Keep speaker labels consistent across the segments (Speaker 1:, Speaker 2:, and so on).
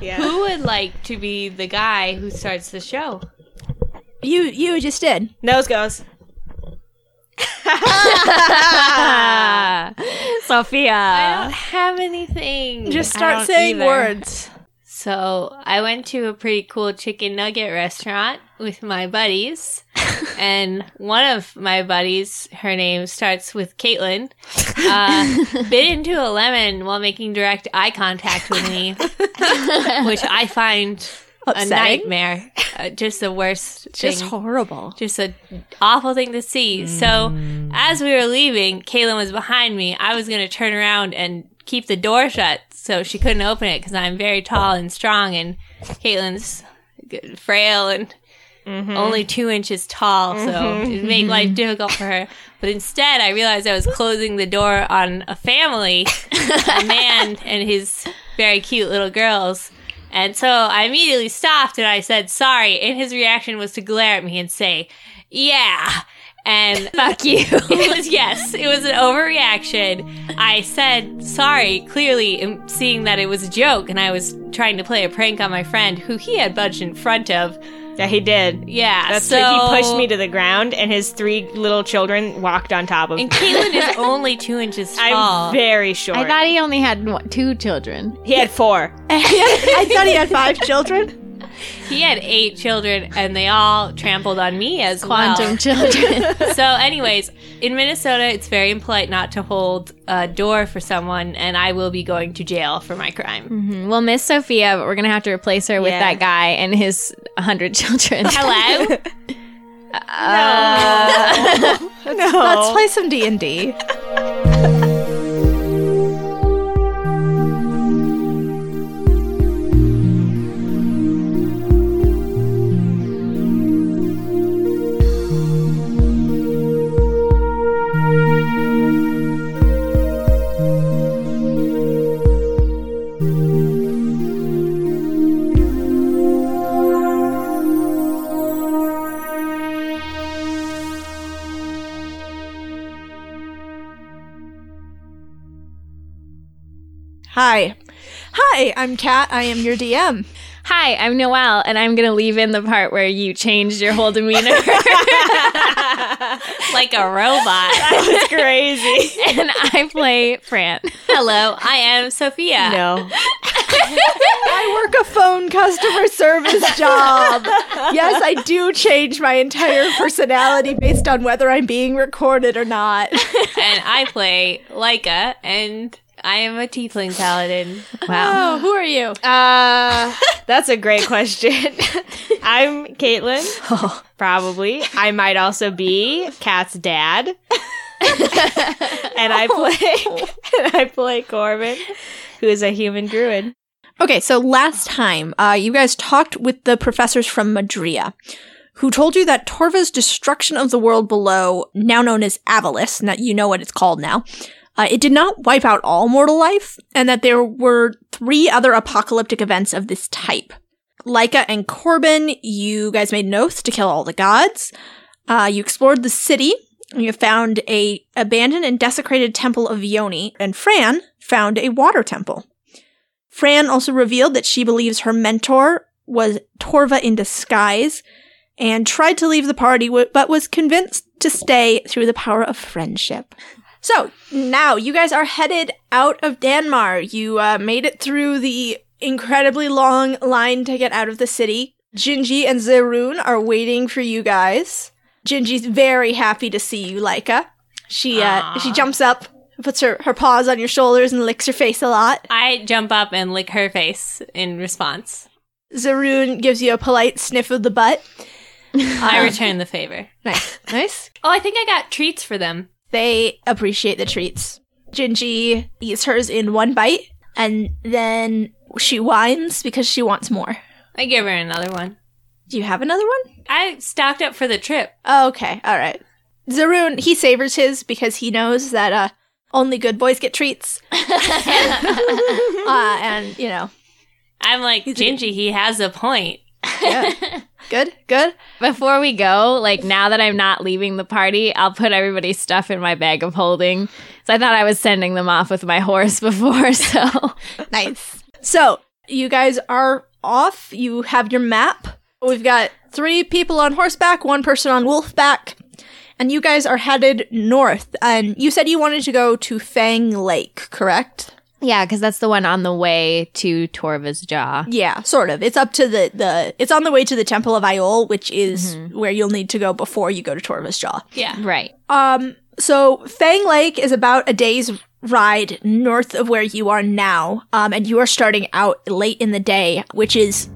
Speaker 1: Yeah.
Speaker 2: Who would like to be the guy who starts the show?
Speaker 3: You you just did.
Speaker 1: Nose goes.
Speaker 4: Uh,
Speaker 2: I don't
Speaker 3: Sophia.
Speaker 2: have anything.
Speaker 4: Just
Speaker 2: I
Speaker 4: start
Speaker 2: don't
Speaker 4: saying
Speaker 2: either.
Speaker 4: words.
Speaker 2: So I went to a pretty cool chicken nugget restaurant with my buddies, and one of my buddies, her name starts with Caitlin, uh, bit into a lemon while making direct eye contact with me, which I find a
Speaker 3: Upsetting.
Speaker 2: nightmare, uh, just the worst,
Speaker 3: Just
Speaker 2: thing
Speaker 3: horrible.
Speaker 2: just an awful thing to see. So as we were leaving, Kaylin was behind me. I was going to turn around and keep the door shut so she couldn't open it because I'm very tall and strong, and Caitlin's g- frail and only two inches tall, so it made life difficult for her. But instead, I realized I was closing the door on a family, a man and his very cute little girls. And so I immediately stopped and I said, sorry. And his reaction was to glare at me and say, yeah. And
Speaker 3: Fuck you.
Speaker 2: it was yes, it was an overreaction. I said sorry, clearly um, seeing that it was a joke, and I was trying to play a prank on my friend who he had budged in front of.
Speaker 1: Yeah, he did.
Speaker 2: Yeah,
Speaker 1: That's
Speaker 2: so
Speaker 1: what he pushed me to the ground, and his three little children walked on top of. me.
Speaker 2: And Caitlin is only two inches tall.
Speaker 1: I'm very short.
Speaker 5: I thought he only had what, two children.
Speaker 1: he had four.
Speaker 4: I thought he had five children.
Speaker 2: he had eight children, and they all trampled on me as well.
Speaker 5: Quantum children.
Speaker 2: so, anyways, in Minnesota, it's very impolite not to hold a door for someone, and I will be going to jail for my
Speaker 1: Mm.
Speaker 2: crime.
Speaker 5: Mm-hmm. well, Miss Sophia, but we're gonna have to replace her with
Speaker 1: Yeah.
Speaker 5: that guy and his hundred children.
Speaker 2: Hello.
Speaker 4: No.
Speaker 2: Oh.
Speaker 4: Let's play some D and D. Hi, hi. I'm Kat. I am your DM.
Speaker 5: Hi, I'm Noelle, and I'm gonna leave in the part where you changed your whole demeanor,
Speaker 2: like a robot.
Speaker 1: That was crazy.
Speaker 5: and I play Fran.
Speaker 2: Hello, I am Sophia.
Speaker 1: no.
Speaker 4: I work a phone customer service job. Yes, I do change my entire personality based on whether I'm being recorded or not.
Speaker 2: and I play Leica, and I am a tiefling paladin.
Speaker 5: Wow.
Speaker 4: Oh, who are you?
Speaker 1: Uh, that's a great question. I'm Caitlin. Probably. I might also be Kat's dad. and I play and I play Corbin, who is a human druid.
Speaker 4: Okay, so last time, uh, you guys talked with the professors from Madria, who told you that Torva's destruction of the world below, now known as Avalis, and that you know what it's called now, uh, it did not wipe out all mortal life, and that there were three other apocalyptic events of this type. Leica and Corbin, you guys made an oath to kill all the gods. Uh, you explored the city. and You found a abandoned and desecrated temple of Yoni, and Fran found a water temple. Fran also revealed that she believes her mentor was Torva in disguise and tried to leave the party, wi- but was convinced to stay through the power of friendship. So now you guys are headed out of Danmar. You uh, made it through the incredibly long line to get out of the city. Jinji and Zerun are waiting for you guys. Jinji's very happy to see you, Laika. She uh,
Speaker 2: Aw.
Speaker 4: she jumps up, puts her, her paws on your shoulders, and licks your face a lot.
Speaker 2: I jump up and lick her face in response.
Speaker 4: Zaroon gives you a polite sniff of the butt.
Speaker 1: Ah.
Speaker 2: I return the favor.
Speaker 4: Nice. nice.
Speaker 2: Oh, I think I got treats for them.
Speaker 4: They appreciate the treats. Jinji eats hers in one bite and then she whines because she wants more.
Speaker 2: I give her another one.
Speaker 4: Do you have another one?
Speaker 2: I stocked up for the trip.
Speaker 4: Oh, okay. All right. Zaroon, he savors his because he knows that uh, only good boys get treats. uh, and, you know,
Speaker 2: I'm like, Gingy, he has a point.
Speaker 4: good, good.
Speaker 5: Before we go, like now that I'm not leaving the party, I'll put everybody's stuff in my bag of holding. So I thought I was sending them off with my horse before, so
Speaker 4: Nice. So You guys are off. You have your map. We've got three people on horseback, one person on wolfback, and you guys are headed north. And you said you wanted to go to Fang Lake, correct?
Speaker 5: Yeah, because that's the one on the way to Torva's jaw.
Speaker 4: Yeah, sort of. It's up to the, the it's on the way to the Temple of Iol, which is where you'll need to go before you go to Torvus Jaw.
Speaker 2: Yeah.
Speaker 5: Right.
Speaker 4: Um, so Fang Lake is about a day's ride north of where you are now, um, and you are starting out late in the day, which is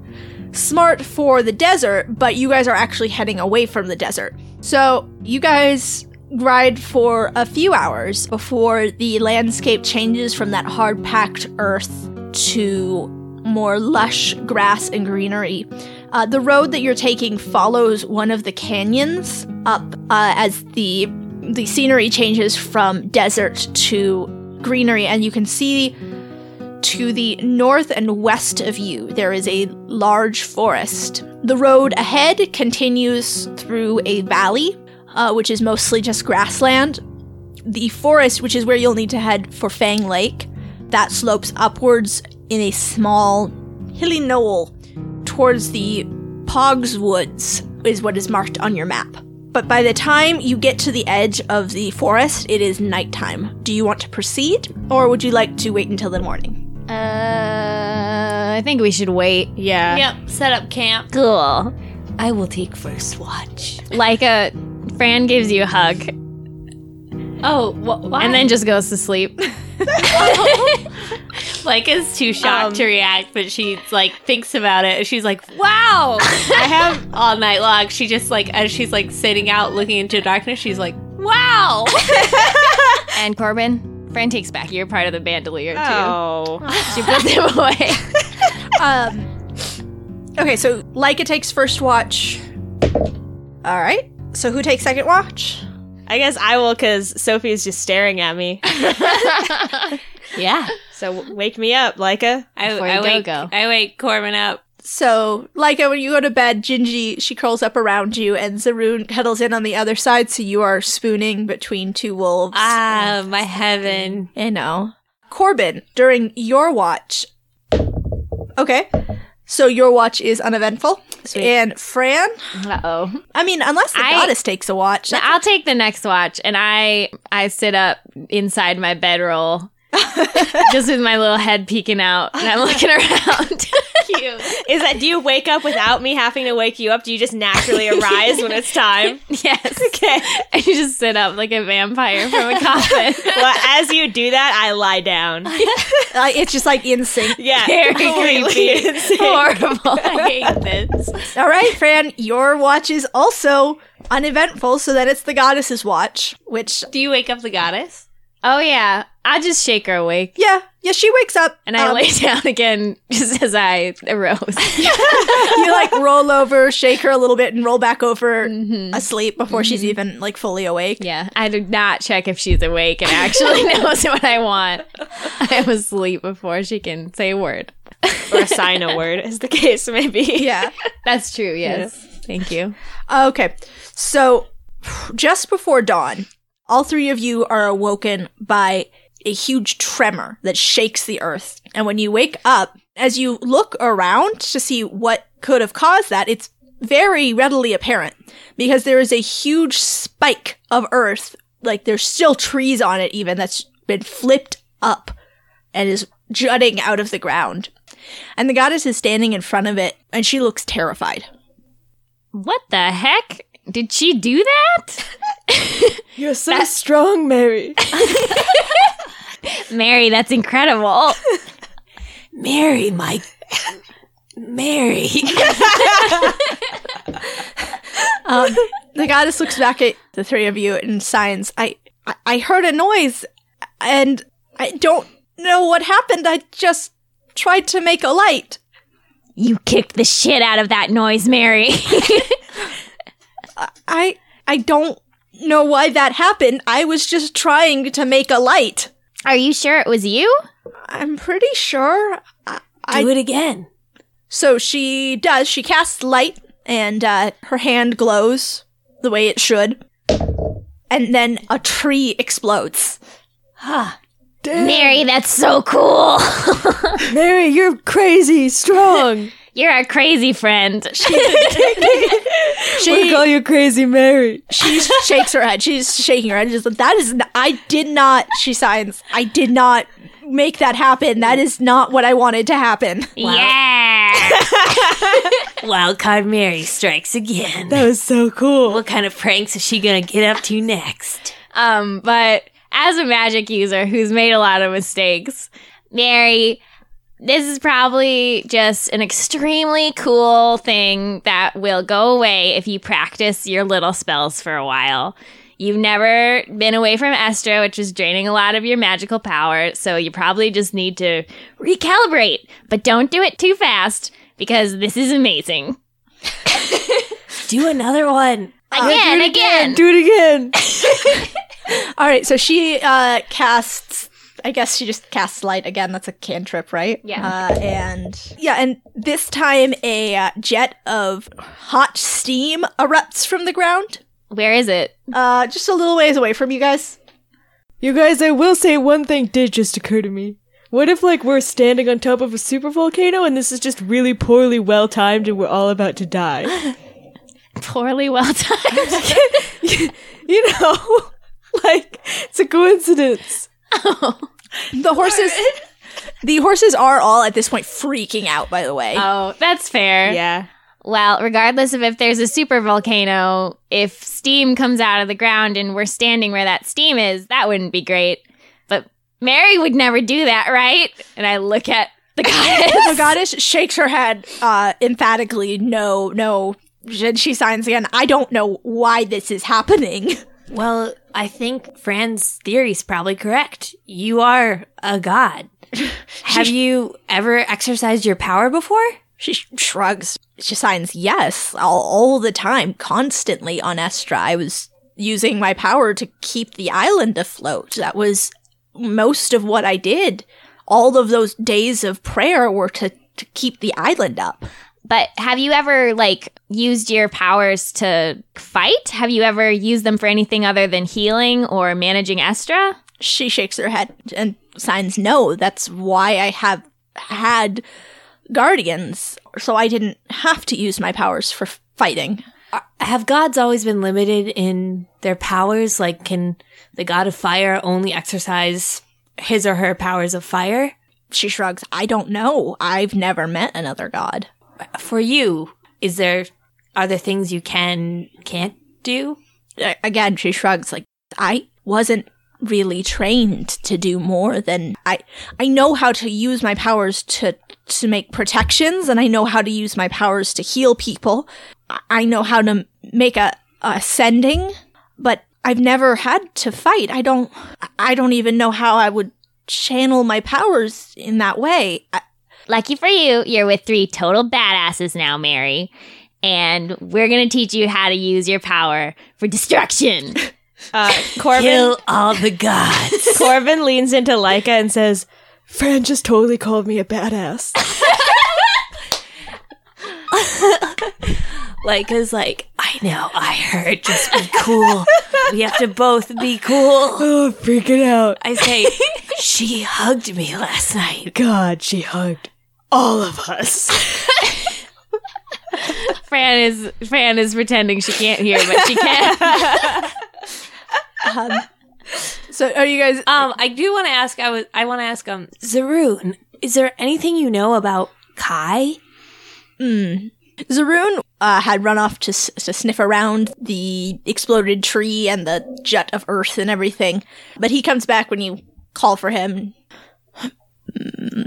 Speaker 4: smart for the desert, but you guys are actually heading away from the desert. So you guys ride for a few hours before the landscape changes from that hard packed earth to more lush grass and greenery. Uh, the road that you're taking follows one of the canyons up uh, as the the scenery changes from desert to greenery, and you can see to the north and west of you there is a large forest. The road ahead continues through a valley, uh, which is mostly just grassland. The forest, which is where you'll need to head for Fang Lake, that slopes upwards in a small hilly knoll towards the Pogs Woods, is what is marked on your map. But by the time you get to the edge of the forest, it is nighttime. Do you want to proceed, or would you like to wait until the morning?
Speaker 5: Uh, I think we should wait.
Speaker 1: Yeah.
Speaker 2: Yep. Set up camp.
Speaker 5: Cool.
Speaker 3: I will take first watch.
Speaker 5: Like a Fran gives you a hug
Speaker 2: Oh, wh- why?
Speaker 5: and then just goes to sleep.
Speaker 2: like is too shocked to react, but she like thinks about it. and She's like, "Wow, I have all night long." She just like as she's like sitting out looking into darkness, she's like, "Wow."
Speaker 5: and Corbin, Fran takes back your part of the bandolier
Speaker 1: Oh.
Speaker 5: too. She puts him away.
Speaker 4: Um, okay, so Leica takes first watch. All right. So who takes second watch?
Speaker 1: I guess I will because Sophie's just staring at me.
Speaker 5: yeah.
Speaker 1: So w- wake me up, Leica.
Speaker 2: I,
Speaker 5: Before you
Speaker 2: I
Speaker 5: go,
Speaker 2: wake
Speaker 5: go.
Speaker 2: I wake Corbin up.
Speaker 4: So Leica, when you go to bed, Gingy she curls up around you, and Zaroon cuddles in on the other side. So you are spooning between two wolves.
Speaker 2: Ah, my heaven.
Speaker 4: You know. Corbin, during your watch. Okay. So your watch is uneventful. And Fran,
Speaker 5: Uh oh.
Speaker 4: I mean, unless the
Speaker 5: I-
Speaker 4: goddess takes a watch.
Speaker 5: No, I'll take the next watch, and I I sit up inside my bedroll, just with my little head peeking out, and I'm looking around.
Speaker 2: Cute.
Speaker 1: Is that do you wake up without me having to wake you up? Do you just naturally arise when it's time?
Speaker 5: yes, okay. And you just sit up like a vampire from a coffin.
Speaker 1: Well, as you do that, I lie down.
Speaker 4: Uh, it's just like in sync.
Speaker 1: Yeah.
Speaker 5: Very
Speaker 1: creepy.
Speaker 5: Horrible.
Speaker 2: I hate this.
Speaker 4: All right, Fran, your watch is also uneventful, so then it's the goddess's watch, which,
Speaker 2: Do you wake up the goddess?
Speaker 5: Oh yeah, I just shake her awake,
Speaker 4: yeah, yeah, she wakes up.
Speaker 5: and I
Speaker 4: um,
Speaker 5: lay down again just as I arose.
Speaker 4: you like roll over, shake her a little bit, and roll back over
Speaker 5: Mm-hmm.
Speaker 4: asleep before she's even like fully awake.
Speaker 5: yeah, I did not check if she's awake and actually knows what I want. I was asleep before she can say a word.
Speaker 1: or sign a word, as the case may be.
Speaker 4: Yeah.
Speaker 5: That's true. Yes. Thank you.
Speaker 4: Okay. So just before dawn, all three of you are awoken by a huge tremor that shakes the earth. And when you wake up, as you look around to see what could have caused that, it's very readily apparent because there is a huge spike of earth. Like there's still trees on it, even that's been flipped up and is jutting out of the ground. And the goddess is standing in front of it and she looks terrified.
Speaker 5: What the heck? Did she do that?
Speaker 1: You're so strong, Mary.
Speaker 5: Mary, that's incredible.
Speaker 3: Mary, my Mary.
Speaker 4: Um, the goddess looks back at the three of you and signs. I, I I heard a noise, and I don't know what happened. I just tried to make a light.
Speaker 5: you kicked the shit out of that noise, Mary.
Speaker 4: I I don't know why that happened. I was just trying to make a light.
Speaker 5: Are you sure it was you?
Speaker 4: I'm pretty sure. I, I-
Speaker 3: Do it again.
Speaker 4: so she does. She casts light, and uh, her hand glows the way it should, and then a tree explodes.
Speaker 3: Ah,
Speaker 5: Damn. Mary, that's so cool.
Speaker 4: Mary, you're crazy strong.
Speaker 5: You're our crazy friend.
Speaker 4: She
Speaker 1: call you crazy Mary.
Speaker 4: she shakes her head. She's shaking her head. She's like, that is. N- I did not. She signs. I did not make that happen. That is not what I wanted to happen.
Speaker 2: Yeah.
Speaker 3: Wildcard Mary strikes again.
Speaker 1: That was so cool.
Speaker 3: What kind of pranks is she gonna get up to next?
Speaker 5: Um, but as a magic user who's made a lot of mistakes, Mary, this is probably just an extremely cool thing that will go away if you practice your little spells for a while. You've never been away from Estra, which is draining a lot of your magical power, so you probably just need to recalibrate, but don't do it too fast because this is amazing.
Speaker 3: Do another one.
Speaker 5: Again, again.
Speaker 1: Do it again.
Speaker 4: All right, so she uh, casts. I guess she just casts light again. That's a cantrip, right?
Speaker 5: Yeah.
Speaker 4: Uh, and yeah, and this time a uh, jet of hot steam erupts from the ground,
Speaker 5: Where is it?
Speaker 4: uh, just a little ways away from you guys.
Speaker 1: You guys, I will say one thing did just occur to me. What if like we're standing on top of a super volcano and this is just really poorly well timed and we're all about to die?
Speaker 5: Poorly well timed.
Speaker 1: You know, like it's a coincidence.
Speaker 4: The horses. the horses are all at this point freaking out. By the way,
Speaker 5: oh, that's fair.
Speaker 1: Yeah.
Speaker 5: Well, regardless of if there's a super volcano, if steam comes out of the ground and we're standing where that steam is, that wouldn't be great. But Mary would never do that, right? And I look at the goddess.
Speaker 4: the goddess shakes her head uh, emphatically. No, no. And she signs again. I don't know why this is happening.
Speaker 3: Well, I think Fran's theory's probably correct. You are a god. Have you ever exercised your power before?
Speaker 4: She sh- shrugs. She signs yes all, all the time, constantly on Estra. I was using my power to keep the island afloat. That was most of what I did. All of those days of prayer were to, to keep the island up.
Speaker 5: but have you ever like used your powers to fight? Have you ever used them for anything other than healing or managing Estra?
Speaker 4: She shakes her head and signs no. That's why I have had guardians, so I didn't have to use my powers for fighting.
Speaker 3: Have gods always been limited in their powers? Like, can the god of fire only exercise his or her powers of fire?
Speaker 4: She shrugs. I don't know. I've never met another god.
Speaker 3: For you, is there are there things you can can't do?
Speaker 4: a- again she shrugs like i wasn't really trained to do more than i i know how to use my powers to to make protections and i know how to use my powers to heal people I- i know how to m- make a, a sending but i've never had to fight i don't i don't even know how i would channel my powers in that way I,
Speaker 5: Lucky for you, you're with three total badasses now, Mary. And we're going to teach you how to use your power for destruction.
Speaker 1: Uh, Corbin
Speaker 3: Kill all the gods.
Speaker 1: Corbin leans into Leica and says, Fran just totally called me a badass.
Speaker 3: like, is like I know I heard. Just be cool. we have to both be cool.
Speaker 1: Oh, I'm freaking out.
Speaker 3: I say she hugged me last night.
Speaker 1: God, she hugged all of us.
Speaker 5: Fran is Fran is pretending she can't hear, but she can.
Speaker 4: so are you guys
Speaker 3: Um, I do want to ask. I was. I want to ask. Um, Zaroon, is there anything you know about Kai?
Speaker 4: Zaroon uh, had run off to, s- to sniff around the exploded tree and the jet of earth and everything, but he comes back when you call for him. Hmm,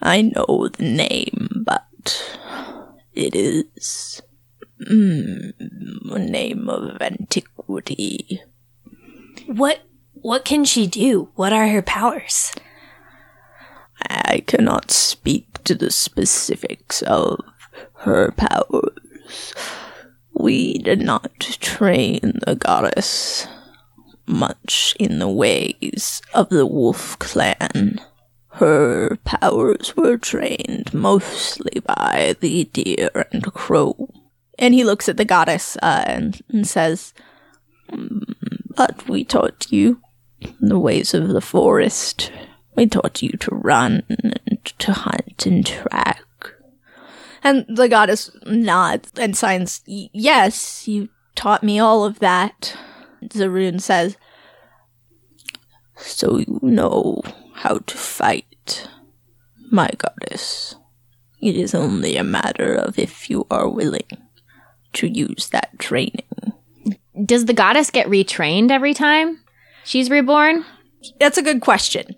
Speaker 4: I know the name, but it is hmm, a name of antiquity.
Speaker 3: What? What can she do? What are her powers?
Speaker 4: I cannot speak to the specifics of her powers. We did not train the goddess much in the ways of the wolf clan. Her powers were trained mostly by the deer and crow. And he looks at the goddess uh, and, and says, "Mm, But we taught you the ways of the forest. We taught you to run and to hunt and track. And the goddess nods and signs, "Y- Yes, you taught me all of that. Zarun says, So you know how to fight, my goddess. It is only a matter of if you are willing to use that training.
Speaker 5: Does the goddess get retrained every time she's reborn?
Speaker 4: That's a good question.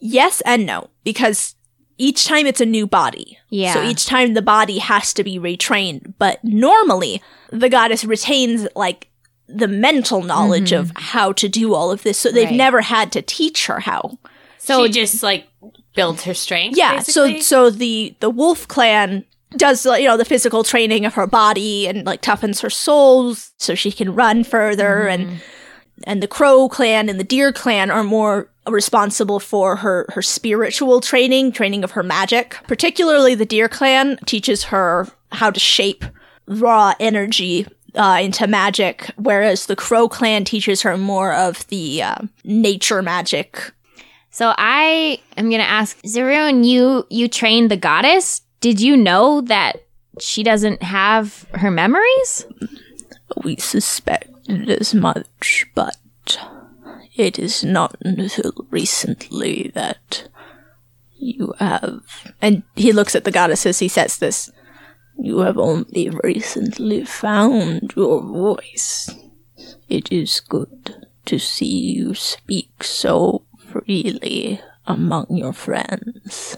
Speaker 4: Yes and no, because each time it's a new body.
Speaker 5: Yeah.
Speaker 4: So each time the body has to be retrained. But normally, the goddess retains like the mental knowledge of how to do all of this. So they've
Speaker 5: Mm-hmm. Right.
Speaker 4: never had to teach her how.
Speaker 2: So she just like builds her strength.
Speaker 4: Yeah.
Speaker 2: basically?
Speaker 4: So so the the wolf clan does like, you know the physical training of her body and like toughens her souls so she can run further and and the crow clan and the deer clan are more responsible for her her spiritual training training of her magic particularly the deer clan teaches her how to shape raw energy uh, into magic whereas the crow clan teaches her more of the uh, nature magic
Speaker 5: So I am gonna ask Zerun, you you trained the goddess. Did you know that she doesn't have her memories?
Speaker 4: We suspected as much, but it is not until recently that you have. And he looks at the goddess as he says this. You have only recently found your voice. It is good to see you speak so freely among your friends.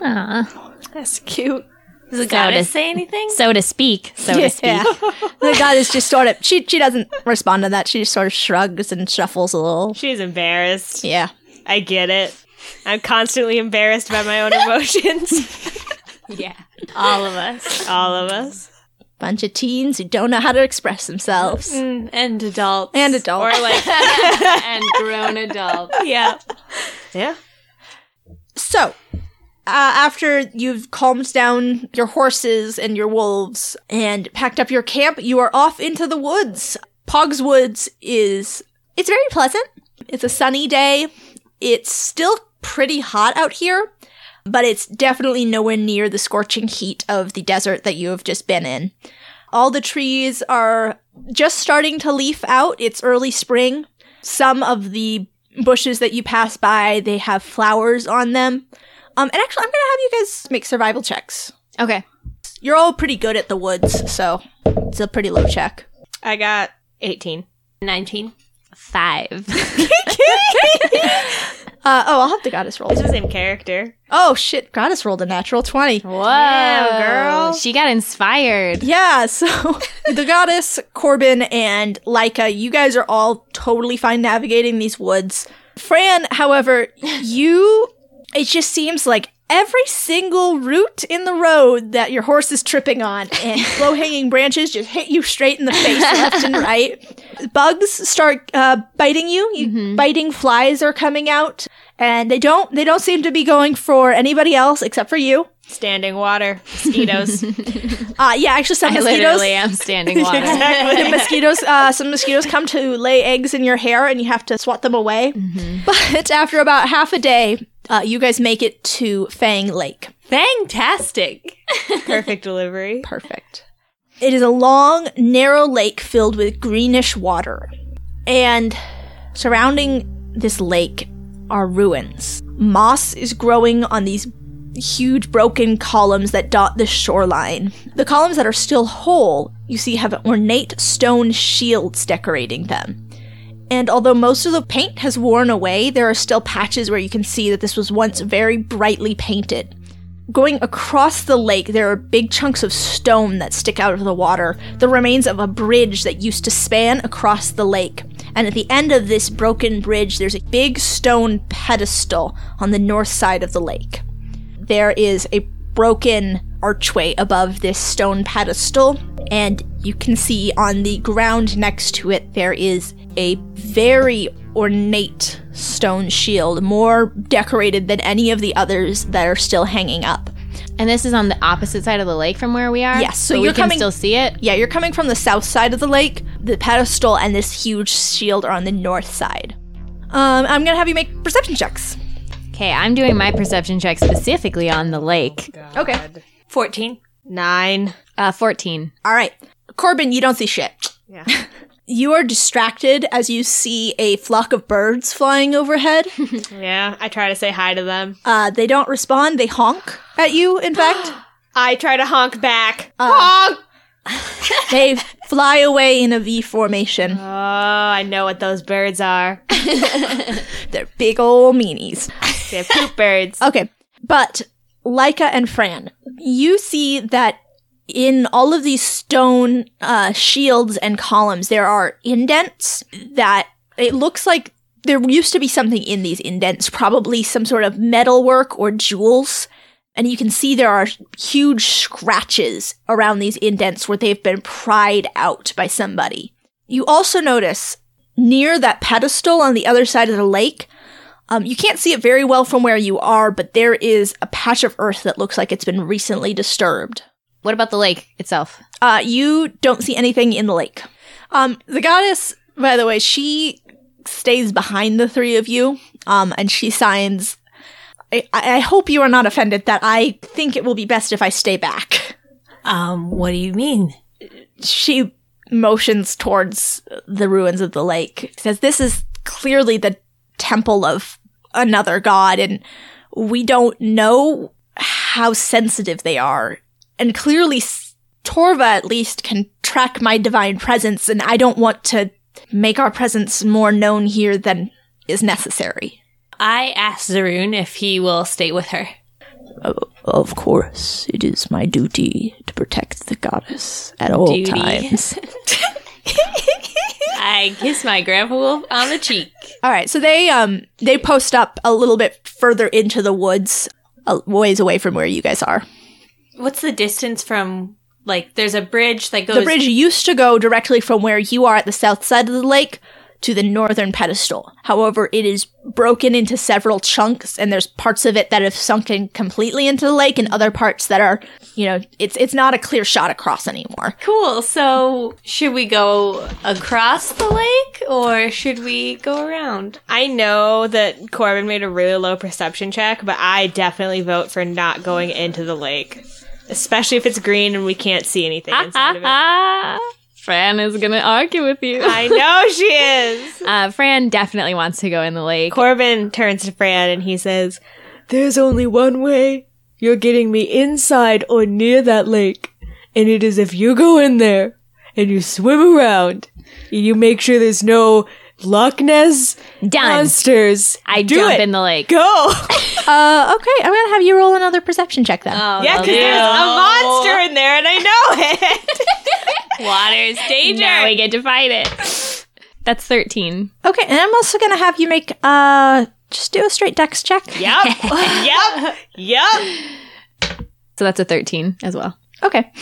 Speaker 5: Ah,
Speaker 1: That's cute.
Speaker 2: Does the goddess
Speaker 5: does-
Speaker 2: say anything?
Speaker 5: so to speak, so to speak.
Speaker 4: the goddess just sort of she she doesn't respond to that. She just sort of shrugs and shuffles a little.
Speaker 1: She's embarrassed.
Speaker 4: Yeah.
Speaker 1: I get it. I'm constantly embarrassed by my own emotions.
Speaker 2: Yeah, all of us
Speaker 1: All of us.
Speaker 4: bunch of teens who don't know how to express themselves
Speaker 2: Mm, and adults
Speaker 4: and adults.
Speaker 2: or like yeah, and grown adults. Yeah,
Speaker 1: Yeah.
Speaker 4: so, uh, after you've calmed down your horses and your wolves and packed up your camp, you are off into the woods. Pog's Woods is it's very pleasant. It's a sunny day. It's still pretty hot out here, but it's definitely nowhere near the scorching heat of the desert that you have just been in. All the trees are just starting to leaf out. It's early spring. Some of the bushes that you pass by, they have flowers on them. Um, and actually, I'm gonna have you guys make survival checks.
Speaker 5: Okay.
Speaker 4: You're all pretty good at the woods, so it's a pretty low check.
Speaker 1: I got 18.
Speaker 2: nineteen.
Speaker 5: Five.
Speaker 4: Uh, oh, I'll have the goddess roll.
Speaker 1: It's the same character.
Speaker 4: Oh shit, goddess rolled a natural twenty.
Speaker 5: Whoa,
Speaker 1: Damn, girl.
Speaker 5: She got inspired.
Speaker 4: Yeah, so the goddess, Corbin, and Laika, you guys are all totally fine navigating these woods. Fran, however, you, it just seems like every single root in the road that your horse is tripping on and low hanging branches just hit you straight in the face, left and right. Bugs start uh, biting you. you
Speaker 5: Mm-hmm.
Speaker 4: Biting flies are coming out. And they don't they don't seem to be going for anybody else except for you.
Speaker 1: Standing water. Mosquitoes.
Speaker 4: Uh yeah, actually some
Speaker 5: I
Speaker 4: mosquitoes.
Speaker 5: literally am standing water.
Speaker 4: The mosquitoes, uh, some mosquitoes come to lay eggs in your hair, and you have to swat them away. But after about half a day, uh, you guys make it to Fang Lake.
Speaker 2: Fantastic.
Speaker 1: Perfect delivery.
Speaker 4: Perfect. It is a long, narrow lake filled with greenish water, and surrounding this lake are ruins. Moss is growing on these huge broken columns that dot the shoreline. The columns that are still whole, you see, have ornate stone shields decorating them. And although most of the paint has worn away, there are still patches where you can see that this was once very brightly painted. Going across the lake, there are big chunks of stone that stick out of the water, the remains of a bridge that used to span across the lake. And at the end of this broken bridge, there's a big stone pedestal on the north side of the lake there is a broken archway above this stone pedestal, and you can see on the ground next to it there is a very ornate stone shield, more decorated than any of the others that are still hanging up.
Speaker 5: And this is on the opposite side of the lake from where we are.
Speaker 4: Yes, so
Speaker 5: But
Speaker 4: you're
Speaker 5: we can
Speaker 4: coming-
Speaker 5: still see it.
Speaker 4: Yeah, you're coming from the south side of the lake. the pedestal and this huge shield are on the north side. Um, I'm gonna have you make perception checks.
Speaker 5: Okay, I'm doing my perception check specifically on the lake.
Speaker 4: Okay.
Speaker 2: 14.
Speaker 1: Nine.
Speaker 5: Uh, 14.
Speaker 4: All right. Corbin, you don't see shit.
Speaker 1: Yeah.
Speaker 4: You are distracted as you see a flock of birds flying overhead.
Speaker 1: Yeah. I try to say hi to them.
Speaker 4: Uh, they don't respond. They honk at you, in fact.
Speaker 1: I try to honk back. honk!
Speaker 4: they fly away in a V formation.
Speaker 1: Oh, I know what those birds are.
Speaker 4: They're big ol' meanies.
Speaker 1: They're poop birds.
Speaker 4: Okay. But Leica and Fran, you see that in all of these stone uh, shields and columns, there are indents that it looks like there used to be something in these indents, probably some sort of metalwork or jewels. And you can see there are huge scratches around these indents where they've been pried out by somebody. You also notice near that pedestal on the other side of the lake, um, you can't see it very well from where you are, but there is a patch of earth that looks like it's been recently disturbed.
Speaker 5: What about the lake itself?
Speaker 4: Uh, you don't see anything in the lake. Um, the goddess, by the way, she stays behind the three of you, um, and she signs. I, I hope you are not offended that I think it will be best if I stay back.
Speaker 2: Um, what do you mean?
Speaker 4: She motions towards the ruins of the lake. Says, This is clearly the temple of another god, and we don't know how sensitive they are. And clearly, S- Torva at least can track my divine presence, and I don't want to make our presence more known here than is necessary.
Speaker 2: I asked Zaroon if he will stay with her.
Speaker 6: Of course, it is my duty to protect the goddess at all
Speaker 2: Duty.
Speaker 6: times.
Speaker 2: I kiss my grandpa wolf on the cheek.
Speaker 4: All right, so they um they post up a little bit further into the woods, a ways away from where you guys are.
Speaker 2: What's the distance from, like, there's a bridge that goes.
Speaker 4: The bridge used to go directly from where you are at the south side of the lake to the northern pedestal. However, it is broken into several chunks and there's parts of it that have sunken completely into the lake and other parts that are, you know, it's it's not a clear shot across anymore.
Speaker 2: Cool. So, should we go across the lake or should we go around?
Speaker 1: I know that Corbin made a really low perception check, but I definitely vote for not going into the lake. Especially if it's green and we can't see anything inside of it.
Speaker 5: Ah, Fran is going to argue with you.
Speaker 1: I know she is.
Speaker 5: Uh, Fran definitely wants to go in the lake.
Speaker 1: Corbin turns to Fran and he says, There's only one way. You're getting me inside or near that lake. And it is if you go in there and you swim around and you make sure there's no Loch Ness
Speaker 5: Done.
Speaker 1: monsters.
Speaker 5: I
Speaker 1: Do
Speaker 5: jump
Speaker 1: it.
Speaker 5: in the lake.
Speaker 1: Go!
Speaker 4: Uh okay, I'm going to have you roll another perception check then.
Speaker 1: yeah, because there's a monster in there and I know it.
Speaker 2: Water's danger.
Speaker 5: Now we get to fight it. That's 13.
Speaker 4: Okay, and I'm also going to have you make uh just do a straight dex check.
Speaker 1: yep, yep, yep.
Speaker 5: So that's a 13 as well.
Speaker 4: Okay.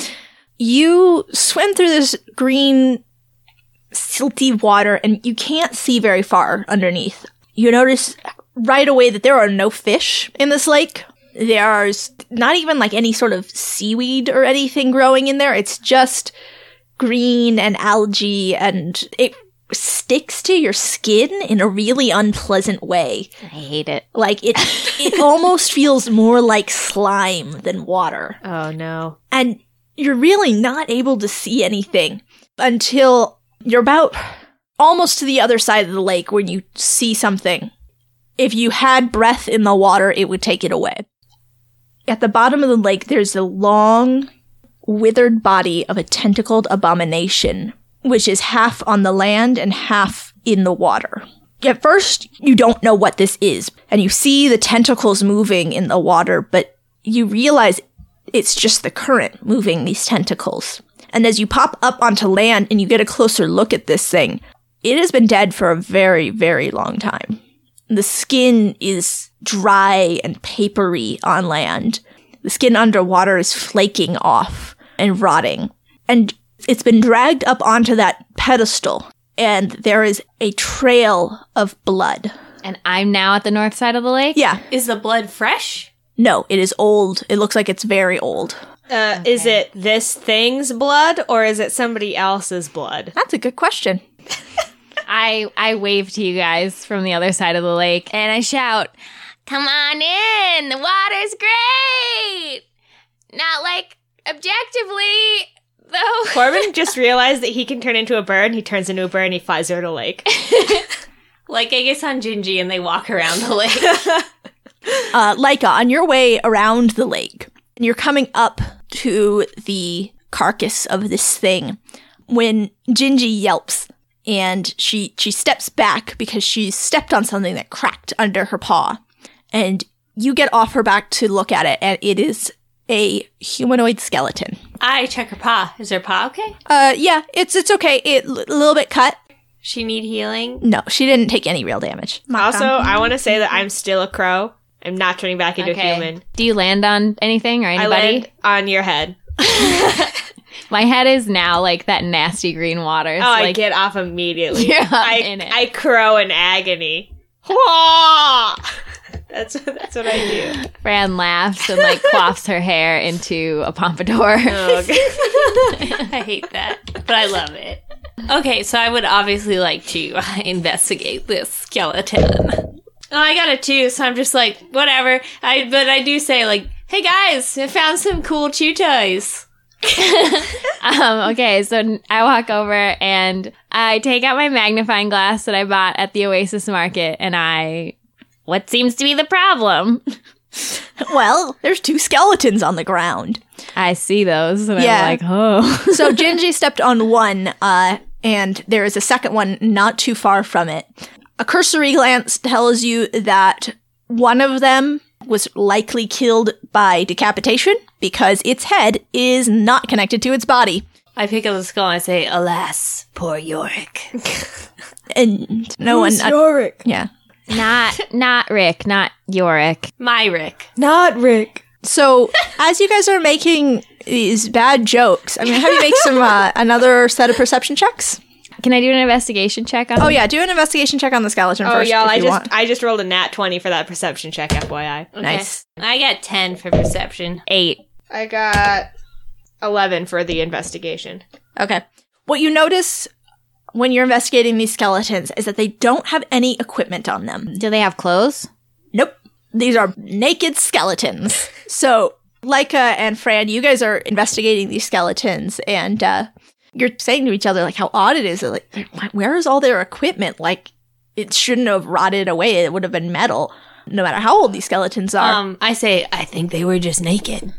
Speaker 4: You swim through this green, silty water, and you can't see very far underneath. You notice right away that there are no fish in this lake. There are s- not even like any sort of seaweed or anything growing in there. It's just green and algae, and it sticks to your skin in a really unpleasant way.
Speaker 5: I hate it.
Speaker 4: Like it, it almost feels more like slime than water
Speaker 1: Oh no.
Speaker 4: and you're really not able to see anything until you're about almost to the other side of the lake when you see something. If you had breath in the water, it would take it away. At the bottom of the lake, there's a long, withered body of a tentacled abomination, which is half on the land and half in the water. At first, you don't know what this is, and you see the tentacles moving in the water, but you realize it's just the current moving these tentacles. And as you pop up onto land and you get a closer look at this thing, it has been dead for a very, very long time. The skin is dry and papery on land. The skin underwater is flaking off and rotting. And it's been dragged up onto that pedestal, and there is a trail of blood.
Speaker 5: And I'm now at the north side of the lake?
Speaker 4: Yeah,
Speaker 2: Is the blood fresh?
Speaker 4: no, it is old. It looks like it's very old.
Speaker 1: Uh, Is it this thing's blood or is it somebody else's blood?
Speaker 4: That's a good question.
Speaker 5: I I wave to you guys from the other side of the lake and I shout, "Come on in. The water's great." Not like objectively though.
Speaker 1: Corbin just realized that he can turn into a bird. He turns into a bird and he flies over to a lake.
Speaker 2: Like I guess on Gingy, and they walk around the lake.
Speaker 4: Uh, Leica, on your way around the lake, and you're coming up to the carcass of this thing when Gingy yelps and she she steps back because she stepped on something that cracked under her paw. And you get off her back to look at it, and it is a humanoid skeleton.
Speaker 2: I check her paw. Is her paw okay?
Speaker 4: Uh, yeah, it's it's okay. It a little bit cut.
Speaker 2: She need healing.
Speaker 4: No, she didn't take any real damage.
Speaker 1: also, I want to say that I'm still a crow. I'm not turning back into a human.
Speaker 5: Do you land on anything or
Speaker 1: I
Speaker 5: anybody?
Speaker 1: land on your head.
Speaker 5: My head is now like that nasty green water. It's
Speaker 1: oh, I
Speaker 5: like
Speaker 1: get off immediately.
Speaker 5: You're up
Speaker 1: I,
Speaker 5: in it.
Speaker 1: I crow in agony. Hwah! that's that's what I do.
Speaker 5: Fran laughs and like quaffs her hair into a pompadour.
Speaker 1: Oh, okay.
Speaker 2: I hate that, but I love it. Okay, so I would obviously like to investigate this skeleton. Oh, I got a two, so I'm just like, whatever. I but I do say like, hey guys, I found some cool chew toys.
Speaker 5: um, okay, so n- I walk over and I take out my magnifying glass that I bought at the Oasis Market and I. What seems to be the problem?
Speaker 4: Well, there's two skeletons on the ground.
Speaker 5: I see those and
Speaker 4: Yeah.
Speaker 5: I'm like, oh.
Speaker 4: So Gingy stepped on one, uh, and there is a second one not too far from it. A cursory glance tells you that one of them was likely killed by decapitation because its head is not connected to its body.
Speaker 2: I pick up the skull and I say, alas, poor Yorick.
Speaker 4: And no one. uh,
Speaker 1: Yorick,
Speaker 4: yeah.
Speaker 5: not not Rick, not Yorick.
Speaker 2: Myrick.
Speaker 1: not Rick.
Speaker 4: So as you guys are making these bad jokes, I'm gonna have you make some uh, another set of perception checks.
Speaker 5: Can I do an investigation check on
Speaker 4: Oh yeah, do an investigation check on the skeleton
Speaker 1: Oh,
Speaker 4: first.
Speaker 1: y'all!
Speaker 4: if
Speaker 1: I
Speaker 4: you
Speaker 1: just
Speaker 4: want.
Speaker 1: I just rolled a nat twenty for that perception check, FYI.
Speaker 4: nice.
Speaker 2: I got 10 for perception.
Speaker 5: eight?
Speaker 1: I got eleven for the investigation.
Speaker 4: Okay. What you notice when you're investigating these skeletons is that they don't have any equipment on them.
Speaker 5: Do they have clothes?
Speaker 4: Nope. These are naked skeletons. so, Leica and Fran, you guys are investigating these skeletons and uh, you're saying to each other, like, how odd it is. that, Like, wh- where is all their equipment? Like, it shouldn't have rotted away. It would have been metal, no matter how old these skeletons are.
Speaker 2: Um, I say, I think they were just naked.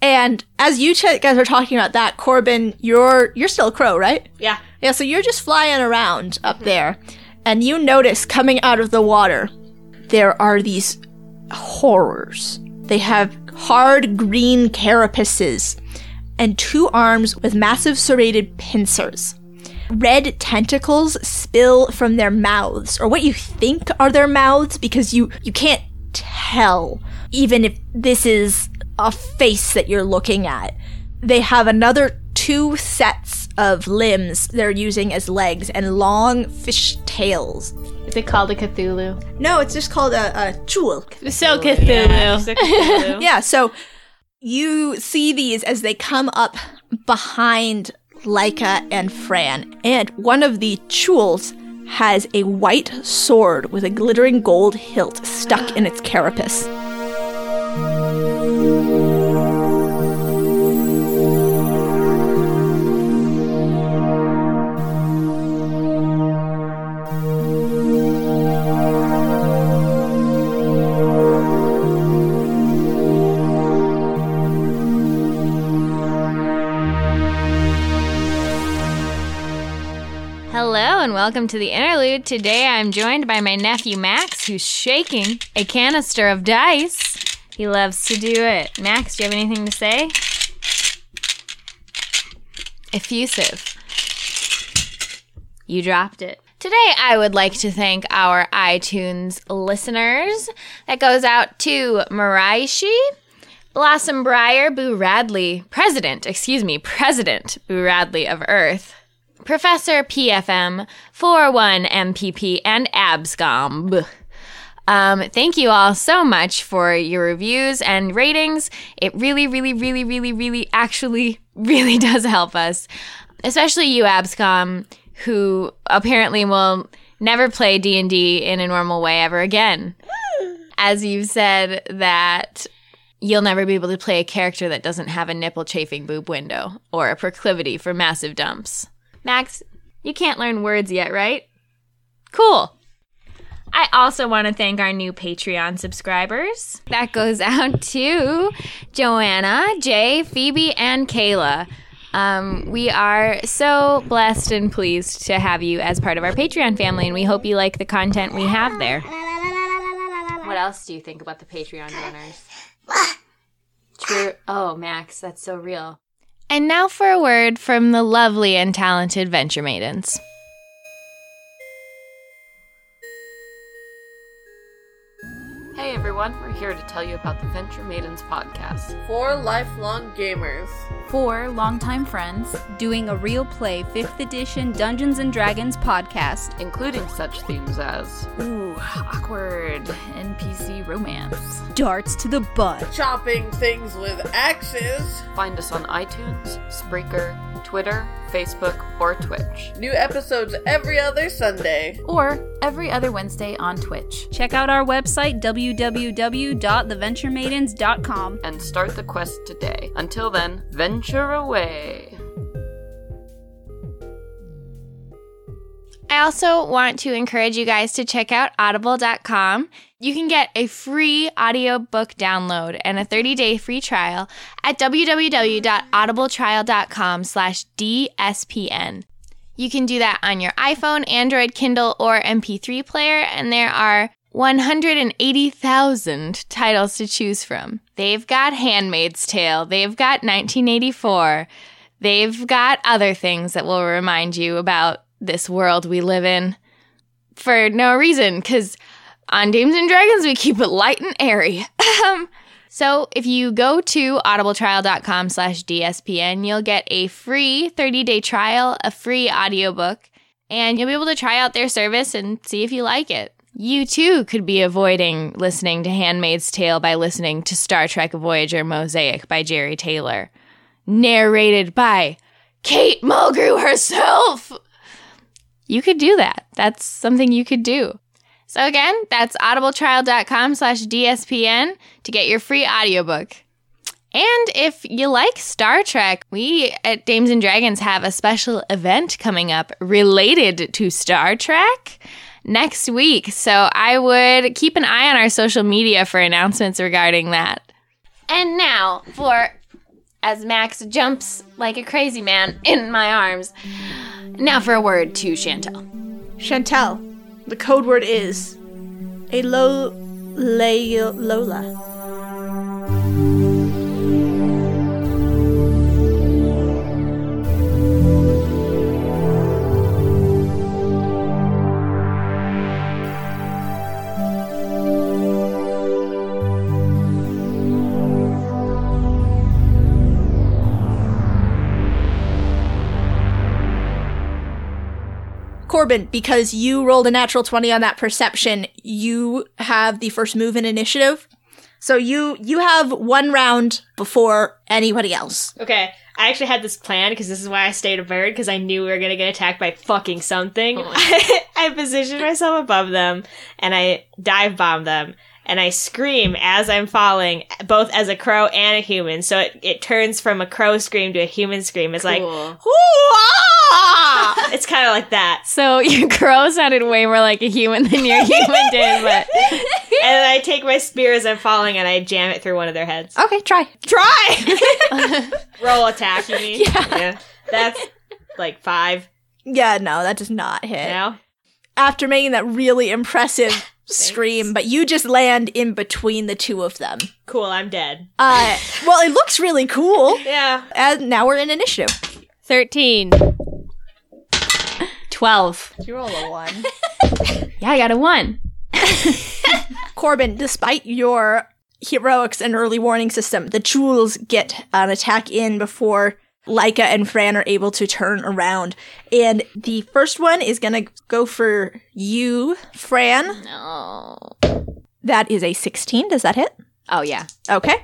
Speaker 4: and as you ch- guys are talking about that, Corbin, you're you're still a crow, right?
Speaker 1: Yeah,
Speaker 4: Yeah, so you're just flying around up there, and you notice coming out of the water, there are these horrors. They have hard green carapaces and two arms with massive serrated pincers. Red tentacles spill from their mouths, or what you think are their mouths, because you, you can't tell, even if this is a face that you're looking at they have another two sets of limbs they're using as legs and long fish tails.
Speaker 5: Is it called a Cthulhu?
Speaker 4: No, it's just called a, a jewel.
Speaker 2: So Cthulhu.
Speaker 4: Yeah, so you see these as they come up behind Leica and Fran, and one of the jewels has a white sword with a glittering gold hilt stuck in its carapace.
Speaker 5: Hello and welcome to the interlude. Today I'm joined by my nephew Max, who's shaking a canister of dice. He loves to do it. Max, do you have anything to say? Effusive. You dropped it. Today I would like to thank our iTunes listeners. That goes out to Maraishi, Blossom Briar Boo Radley, President, excuse me, President Boo Radley of Earth, Professor PFM, 41MPP, and Abscomb. Um, thank you all so much for your reviews and ratings. It really, really, really, really, really, actually, really does help us, especially you, Abscom, who apparently will never play D and D in a normal way ever again. As you've said that you'll never be able to play a character that doesn't have a nipple chafing boob window or a proclivity for massive dumps. Max, you can't learn words yet, right? Cool. I also want to thank our new Patreon subscribers. That goes out to Joanna, Jay, Phoebe, and Kayla. Um, we are so blessed and pleased to have you as part of our Patreon family, and we hope you like the content we have there. What else do you think about the Patreon donors? True. Oh, Max, that's so real. And now for a word from the lovely and talented Venture Maidens.
Speaker 7: Hey everyone, we're here to tell you about the Venture Maidens podcast.
Speaker 8: Four lifelong gamers.
Speaker 9: Four longtime friends doing a real play 5th edition Dungeons and Dragons podcast.
Speaker 7: including such themes as
Speaker 9: Ooh, awkward NPC romance. Darts to the butt.
Speaker 8: Chopping things with axes.
Speaker 7: find us on iTunes, Spreaker, Twitter, Facebook, or Twitch.
Speaker 8: New episodes every other Sunday.
Speaker 9: Or every other Wednesday on Twitch. Check out our website, www.theventuremaidens.com.
Speaker 7: And start the quest today. Until then, venture away.
Speaker 5: I also want to encourage you guys to check out audible.com. You can get a free audiobook download and a 30-day free trial at www.audibletrial.com slash DSPN. You can do that on your iPhone, Android, Kindle, or MP3 player, and there are 180,000 titles to choose from. They've got Handmaid's Tale, they've got 1984, They've got other things that will remind you about this world we live in for no reason, because on Dames and Dragons, we keep it light and airy. Um, so if you go to audibletrial.com slash DSPN, you'll get a free 30-day trial, a free audiobook, and you'll be able to try out their service and see if you like it. You too could be avoiding listening to Handmaid's Tale by listening to Star Trek Voyager Mosaic by Jerry Taylor narrated by Kate Mulgrew herself. You could do that. That's something you could do. So again, that's audibletrial.com slash DSPN to get your free audiobook. And if you like Star Trek, we at Dames and Dragons have a special event coming up related to Star Trek next week. So I would keep an eye on our social media for announcements regarding that. And now for as Max jumps like a crazy man in my arms. Now for a word to Chantel.
Speaker 4: Chantel, the code word is a low lay Lola. Corbin, because you rolled a natural 20 on that perception, you have the first move in initiative. So you you have one round before anybody else.
Speaker 1: Okay. I actually had this plan because this is why I stayed a bird because I knew we were going to get attacked by fucking something. I, position myself above them and I dive bomb them and I scream as I'm falling, both as a crow and a human. So it, it turns from a crow scream to a human scream. It's like, "Hoo-ah!" it's kind of like that.
Speaker 5: So your crow sounded way more like a human than your human did, but
Speaker 1: And then I take my spear as I'm falling and I jam it through one of their heads.
Speaker 4: Okay, try.
Speaker 1: Try! Roll attack, you mean? Yeah. That's like five
Speaker 4: Yeah, no, that does not hit.
Speaker 1: now.
Speaker 4: After making that really impressive scream, but you just land in between the two of them.
Speaker 1: Cool, I'm dead.
Speaker 4: Uh, well, it looks really cool.
Speaker 1: Yeah.
Speaker 4: And now we're in initiative.
Speaker 2: 13.
Speaker 5: 12.
Speaker 4: You roll a one.
Speaker 5: Yeah, I got a 1.
Speaker 4: Corbin, despite your heroics and early warning system, the Jewels get an attack in before Leica and Fran are able to turn around. And the first one is going to go for you, Fran.
Speaker 5: No.
Speaker 4: That is a 16. Does that hit?
Speaker 9: Oh yeah.
Speaker 4: Okay.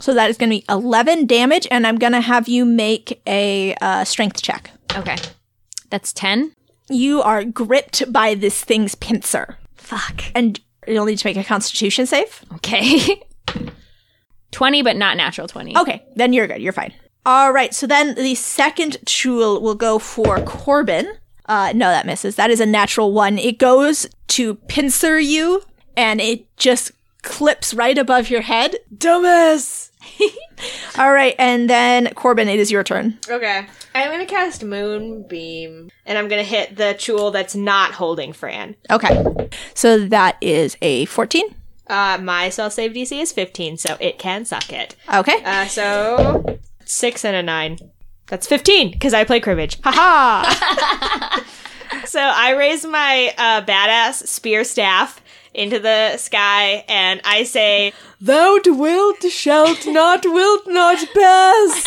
Speaker 4: So that is going to be 11 damage, and I'm going to have you make a uh, strength check.
Speaker 9: Okay.
Speaker 5: That's 10.
Speaker 4: You are gripped by this thing's pincer. Fuck. And you'll need to make a constitution save.
Speaker 5: Okay. 20, but not natural 20.
Speaker 4: Okay, then you're good. You're fine. All right, so then the second tool will go for Corbin. Uh, no, that misses. That is a natural one. It goes to pincer you, and it just clips right above your head. Dumbass! All right, and then Corbin, it is your turn.
Speaker 1: Okay. I'm gonna cast Moonbeam, and I'm gonna hit the tool that's not holding Fran.
Speaker 4: Okay, so that is a 14.
Speaker 1: Uh, my self save DC is 15, so it can suck it.
Speaker 4: Okay.
Speaker 1: Uh, so six and a nine. That's 15 because I play cribbage. Haha. so I raise my uh, badass spear staff into the sky and I say, "Thou wilt shalt not, wilt not pass."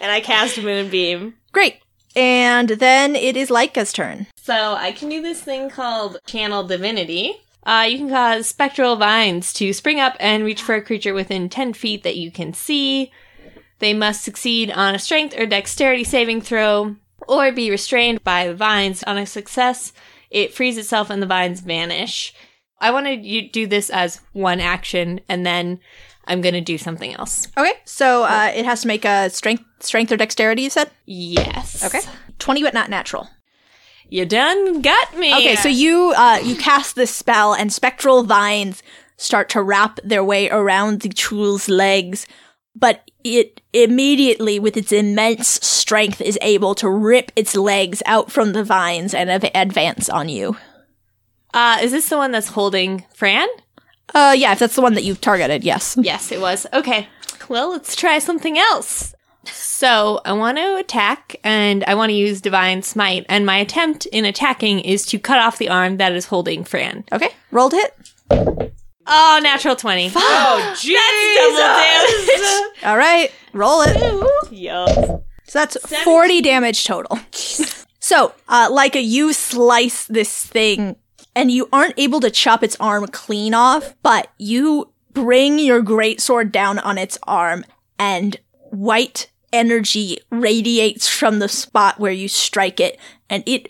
Speaker 1: and I cast moonbeam.
Speaker 4: Great. And then it is Leica's turn.
Speaker 2: So I can do this thing called channel divinity. Uh, you can cause spectral vines to spring up and reach for a creature within 10 feet that you can see. They must succeed on a strength or dexterity saving throw or be restrained by the vines. On a success, it frees itself and the vines vanish. I want to you do this as one action and then I'm going to do something else.
Speaker 4: Okay, so uh, it has to make a strength, strength or dexterity. You said
Speaker 2: Yes.
Speaker 4: okay, twenty, but not natural.
Speaker 2: You done got me.
Speaker 4: Okay, so you uh, you cast this spell, and spectral vines start to wrap their way around the tool's legs, but it immediately, with its immense strength, is able to rip its legs out from the vines and av- advance on you.
Speaker 2: Uh, is this the one that's holding Fran?
Speaker 4: Uh, yeah, if that's the one that you've targeted, yes.
Speaker 2: Yes, it was. Okay. Well, let's try something else. So I want to attack and I want to use Divine Smite. And my attempt in attacking is to cut off the arm that is holding Fran.
Speaker 4: Okay, rolled hit.
Speaker 2: Oh, natural 20.
Speaker 1: Oh, jeez!
Speaker 4: All right, roll it.
Speaker 1: Yup.
Speaker 4: So that's 40 damage total. So, uh, Leica, you slice this thing and you aren't able to chop its arm clean off, but you bring your greatsword down on its arm and white energy radiates from the spot where you strike it and it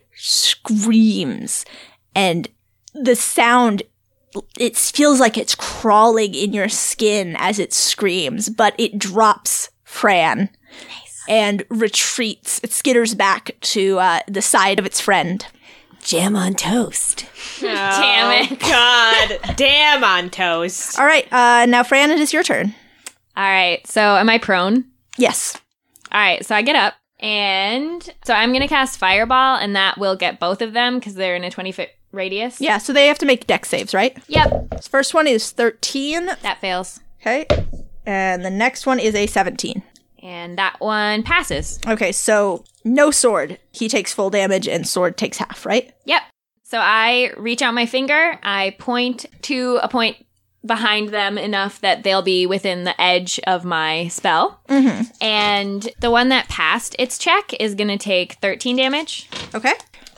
Speaker 4: screams and the sound it feels like it's crawling in your skin as it screams, but it drops Fran and retreats. It skitters back to uh, the side of its friend.
Speaker 3: Jam on toast.
Speaker 1: Damn it! God, damn on toast.
Speaker 4: All right, uh, now Fran, it is your turn.
Speaker 5: All right. So am I prone?
Speaker 4: Yes.
Speaker 5: All right. So I get up and so I'm going to cast Fireball and that will get both of them because they're in a 20 foot radius.
Speaker 4: Yeah, so they have to make deck saves, right?
Speaker 5: Yep.
Speaker 4: This first one is 13.
Speaker 5: That fails.
Speaker 4: Okay. And the next one is a 17.
Speaker 5: And that one passes.
Speaker 4: Okay, so no sword. He takes full damage and sword takes half, right?
Speaker 5: Yep. So I reach out my finger, I point to a point behind them enough that they'll be within the edge of my spell. Mm-hmm. And the one that passed its check is going to take 13 damage.
Speaker 4: Okay.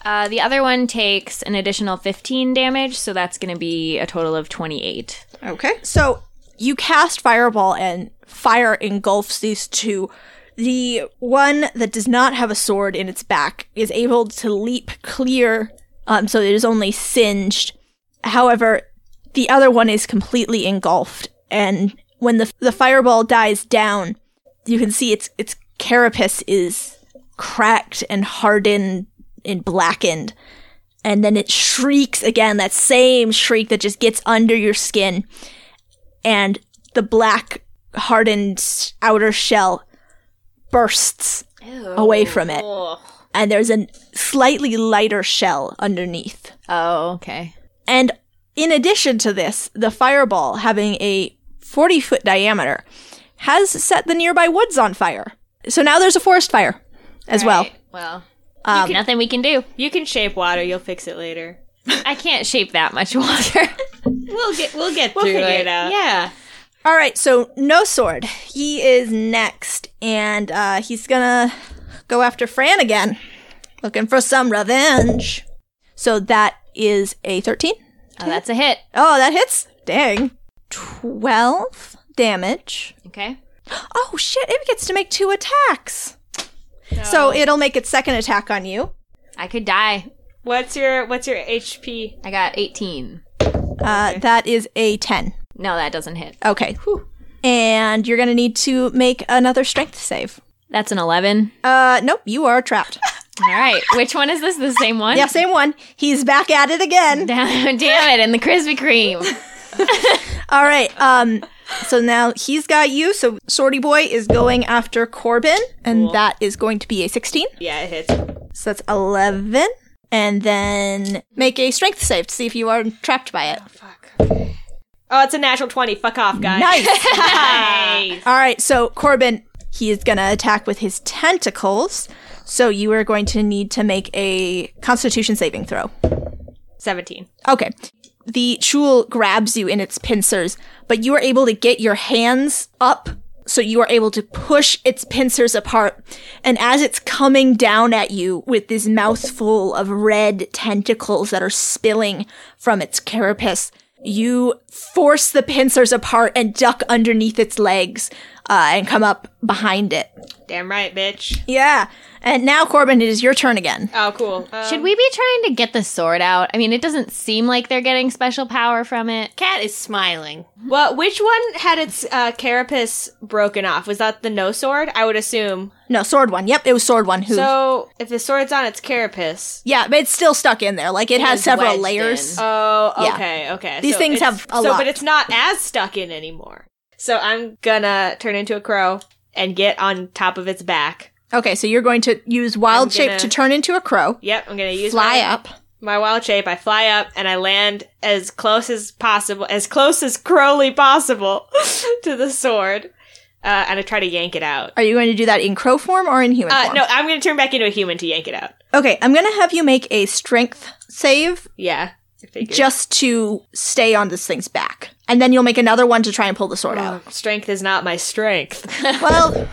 Speaker 5: Uh, the other one takes an additional 15 damage, so that's going to be a total of 28.
Speaker 4: Okay. So you cast Fireball, and fire engulfs these two. The one that does not have a sword in its back is able to leap clear, um, so it is only singed. However, the other one is completely engulfed, and when the the fireball dies down, you can see its its carapace is cracked and hardened and blackened and then it shrieks again that same shriek that just gets under your skin and the black hardened outer shell bursts away from it and there's a slightly lighter shell underneath
Speaker 5: Oh, okay.
Speaker 4: and in addition to this the fireball having a 40 foot diameter has set the nearby woods on fire so now there's a forest fire as well
Speaker 5: Well, nothing we can do.
Speaker 1: You can shape water. You'll fix it later.
Speaker 5: I can't shape that much water.
Speaker 1: We'll get. We'll get through
Speaker 5: figure
Speaker 1: it.
Speaker 5: it out.
Speaker 1: out. Yeah.
Speaker 4: All right, so no sword. He is next, and uh, he's gonna go after Fran again, looking for some revenge. So that is a thirteen.
Speaker 5: Oh, that's a hit.
Speaker 4: Oh, that hits. Dang. 12 damage.
Speaker 5: Okay.
Speaker 4: Oh, shit. It gets to make two attacks. So it'll make its second attack on you.
Speaker 5: I could die.
Speaker 1: What's your what's your HP?
Speaker 5: I got 18.
Speaker 4: Uh, That is a 10.
Speaker 5: No, that doesn't hit.
Speaker 4: Okay. And you're going to need to make another strength save.
Speaker 5: That's an 11.
Speaker 4: Uh, nope, you are trapped.
Speaker 5: All right. Which one is this? The same one?
Speaker 4: yeah, same one. He's back at it again.
Speaker 5: Damn it. And the Krispy Kreme.
Speaker 4: All right. Um. So now he's got you. So Sorty Boy is going after Corbin, and that is going to be a sixteen.
Speaker 1: Yeah, it hits.
Speaker 4: So that's eleven. And then make a strength save to see if you are trapped by it.
Speaker 1: Oh, it's a natural twenty. Fuck off, guys.
Speaker 4: Nice. All right. So Corbin, he is going to attack with his tentacles. So you are going to need to make a Constitution saving throw.
Speaker 1: Seventeen.
Speaker 4: Okay. The Chul grabs you in its pincers, but you are able to get your hands up, so you are able to push its pincers apart. And as it's coming down at you with this mouthful of red tentacles that are spilling from its carapace, you force the pincers apart and duck underneath its legs uh, and come up behind it.
Speaker 1: Damn right, bitch.
Speaker 4: Yeah. And now, Corbin, it is your turn again.
Speaker 1: Oh, cool. Um,
Speaker 5: Should we be trying to get the sword out? I mean, it doesn't seem like they're getting special power from it.
Speaker 2: Cat is smiling.
Speaker 1: Well, which one had its uh, carapace broken off? Was that the no sword? I would assume.
Speaker 4: No, sword one. Yep, it was sword one. Who?
Speaker 1: So if the sword's on its carapace.
Speaker 4: Yeah, but it's still stuck in there. Like it, has
Speaker 9: is
Speaker 4: several
Speaker 9: wedged
Speaker 4: layers.
Speaker 9: in.
Speaker 1: Oh,
Speaker 4: Yeah.
Speaker 1: okay, okay.
Speaker 4: These
Speaker 1: So
Speaker 4: things
Speaker 1: it's-
Speaker 4: have a
Speaker 1: so,
Speaker 4: lot.
Speaker 1: but it's not as stuck in anymore. So I'm gonna turn into a crow and get on top of its back.
Speaker 4: Okay, so you're going to use wild
Speaker 1: I'm
Speaker 4: shape
Speaker 1: gonna-
Speaker 4: to turn into a crow.
Speaker 1: Yep, I'm gonna use
Speaker 4: fly
Speaker 1: my,
Speaker 4: up.
Speaker 1: my wild shape. I fly up and I land as close as possible, as close as crowly possible to the sword, uh, and I try to yank it out.
Speaker 4: Are you going to do that in crow form or in human
Speaker 1: Uh,
Speaker 4: form?
Speaker 1: no, I'm gonna turn back into a human to yank it out.
Speaker 4: Okay, I'm going to have you make a strength save
Speaker 1: Yeah, I figured.
Speaker 4: just to stay on this thing's back. And then you'll make another one to try and pull the sword out.
Speaker 1: Oh, strength is not my strength.
Speaker 4: Well,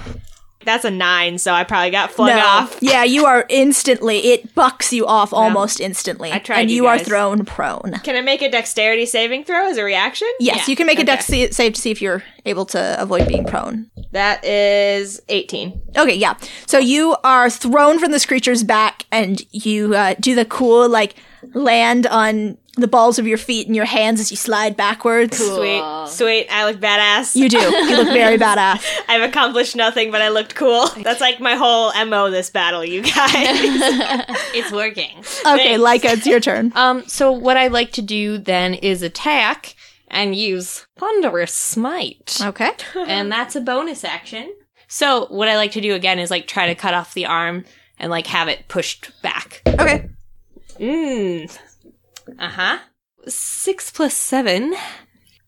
Speaker 1: That's a nine, so I probably got flung
Speaker 4: no.
Speaker 1: off.
Speaker 4: Yeah, you are instantly, it bucks you off almost instantly.
Speaker 1: I tried,
Speaker 4: and
Speaker 1: you
Speaker 4: you, are
Speaker 1: guys.
Speaker 4: thrown prone.
Speaker 1: Can I make a dexterity saving throw as a reaction?
Speaker 4: Yes, you can make a dex sa- save to see if you're able to avoid being prone.
Speaker 1: That is 18.
Speaker 4: Okay, yeah. So you are thrown from this creature's back, and you uh, do the cool like land on the balls of your feet and your hands as you slide backwards.
Speaker 1: Sweet. Sweet. I look badass.
Speaker 4: You do. You look very badass.
Speaker 1: I've accomplished nothing, but I looked cool. That's like my whole MO this battle, you guys.
Speaker 2: It's working.
Speaker 4: Okay, Leica, it's your turn.
Speaker 2: Um, so what I like to do then is attack and use thunderous smite,
Speaker 4: Okay.
Speaker 2: and that's a bonus action. So what I like to do again is like try to cut off the arm and like have it pushed back.
Speaker 4: Okay.
Speaker 5: Mm.
Speaker 2: Mmm. Uh huh. Six plus seven.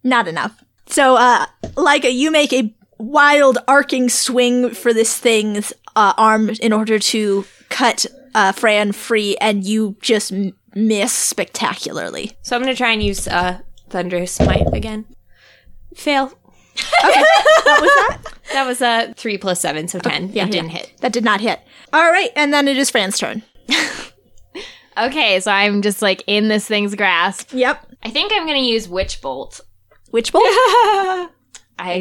Speaker 4: Not enough. So, uh, Leica, you make a wild arcing swing for this thing's uh, arm in order to cut uh, Fran free, and you just m- miss spectacularly.
Speaker 2: So I'm gonna try and use uh thunderous smite again. Fail. okay. What was that? That was a uh, three plus seven, so ten. it didn't hit.
Speaker 4: That did not hit. All right, and then it is Fran's turn.
Speaker 5: Okay, so I'm just like in this thing's grasp.
Speaker 4: Yep.
Speaker 5: I think I'm gonna use Witch Bolt.
Speaker 4: Witch bolt?
Speaker 5: I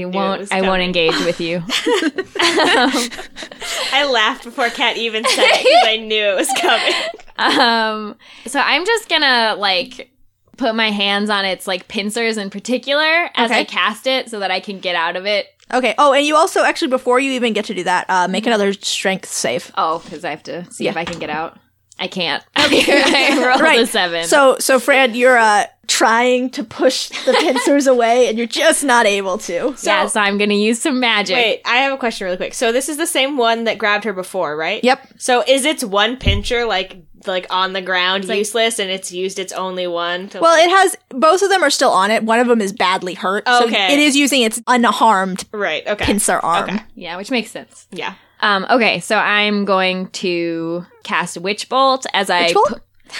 Speaker 1: it was
Speaker 5: won't. I won't
Speaker 1: coming.
Speaker 5: engage with you.
Speaker 1: I laughed before Kat even said it because I knew it was coming.
Speaker 5: Um, so I'm just gonna like put my hands on its like pincers in particular as
Speaker 4: Okay.
Speaker 5: I cast it, so that I can get out of it.
Speaker 4: Okay. Oh, and you also actually before you even get to do that, uh, make another strength save.
Speaker 5: Oh, because I have to see if
Speaker 4: Yeah.
Speaker 5: I can get out. I can't. Okay,
Speaker 2: Oh,
Speaker 5: I rolled a seven.
Speaker 4: So, so Fran, you're uh, trying to push the pincers away, and you're just not able to.
Speaker 5: yeah, so I'm gonna use some magic.
Speaker 1: Wait, I have a question really quick. So this is the same one that grabbed her before, right?
Speaker 4: Yep.
Speaker 1: So is its one pincher like like on the ground useless and it's used its only one to
Speaker 4: Well,
Speaker 1: like-
Speaker 4: it has both of them are still on it. One of them is badly hurt.
Speaker 1: Okay.
Speaker 4: So it is using its unharmed
Speaker 1: Right, okay.
Speaker 4: pincer arm.
Speaker 1: Okay.
Speaker 5: Yeah, which makes sense.
Speaker 1: Yeah.
Speaker 5: Um, okay, so I'm going to cast Witch Bolt as I
Speaker 4: Witch Bolt?
Speaker 5: pu-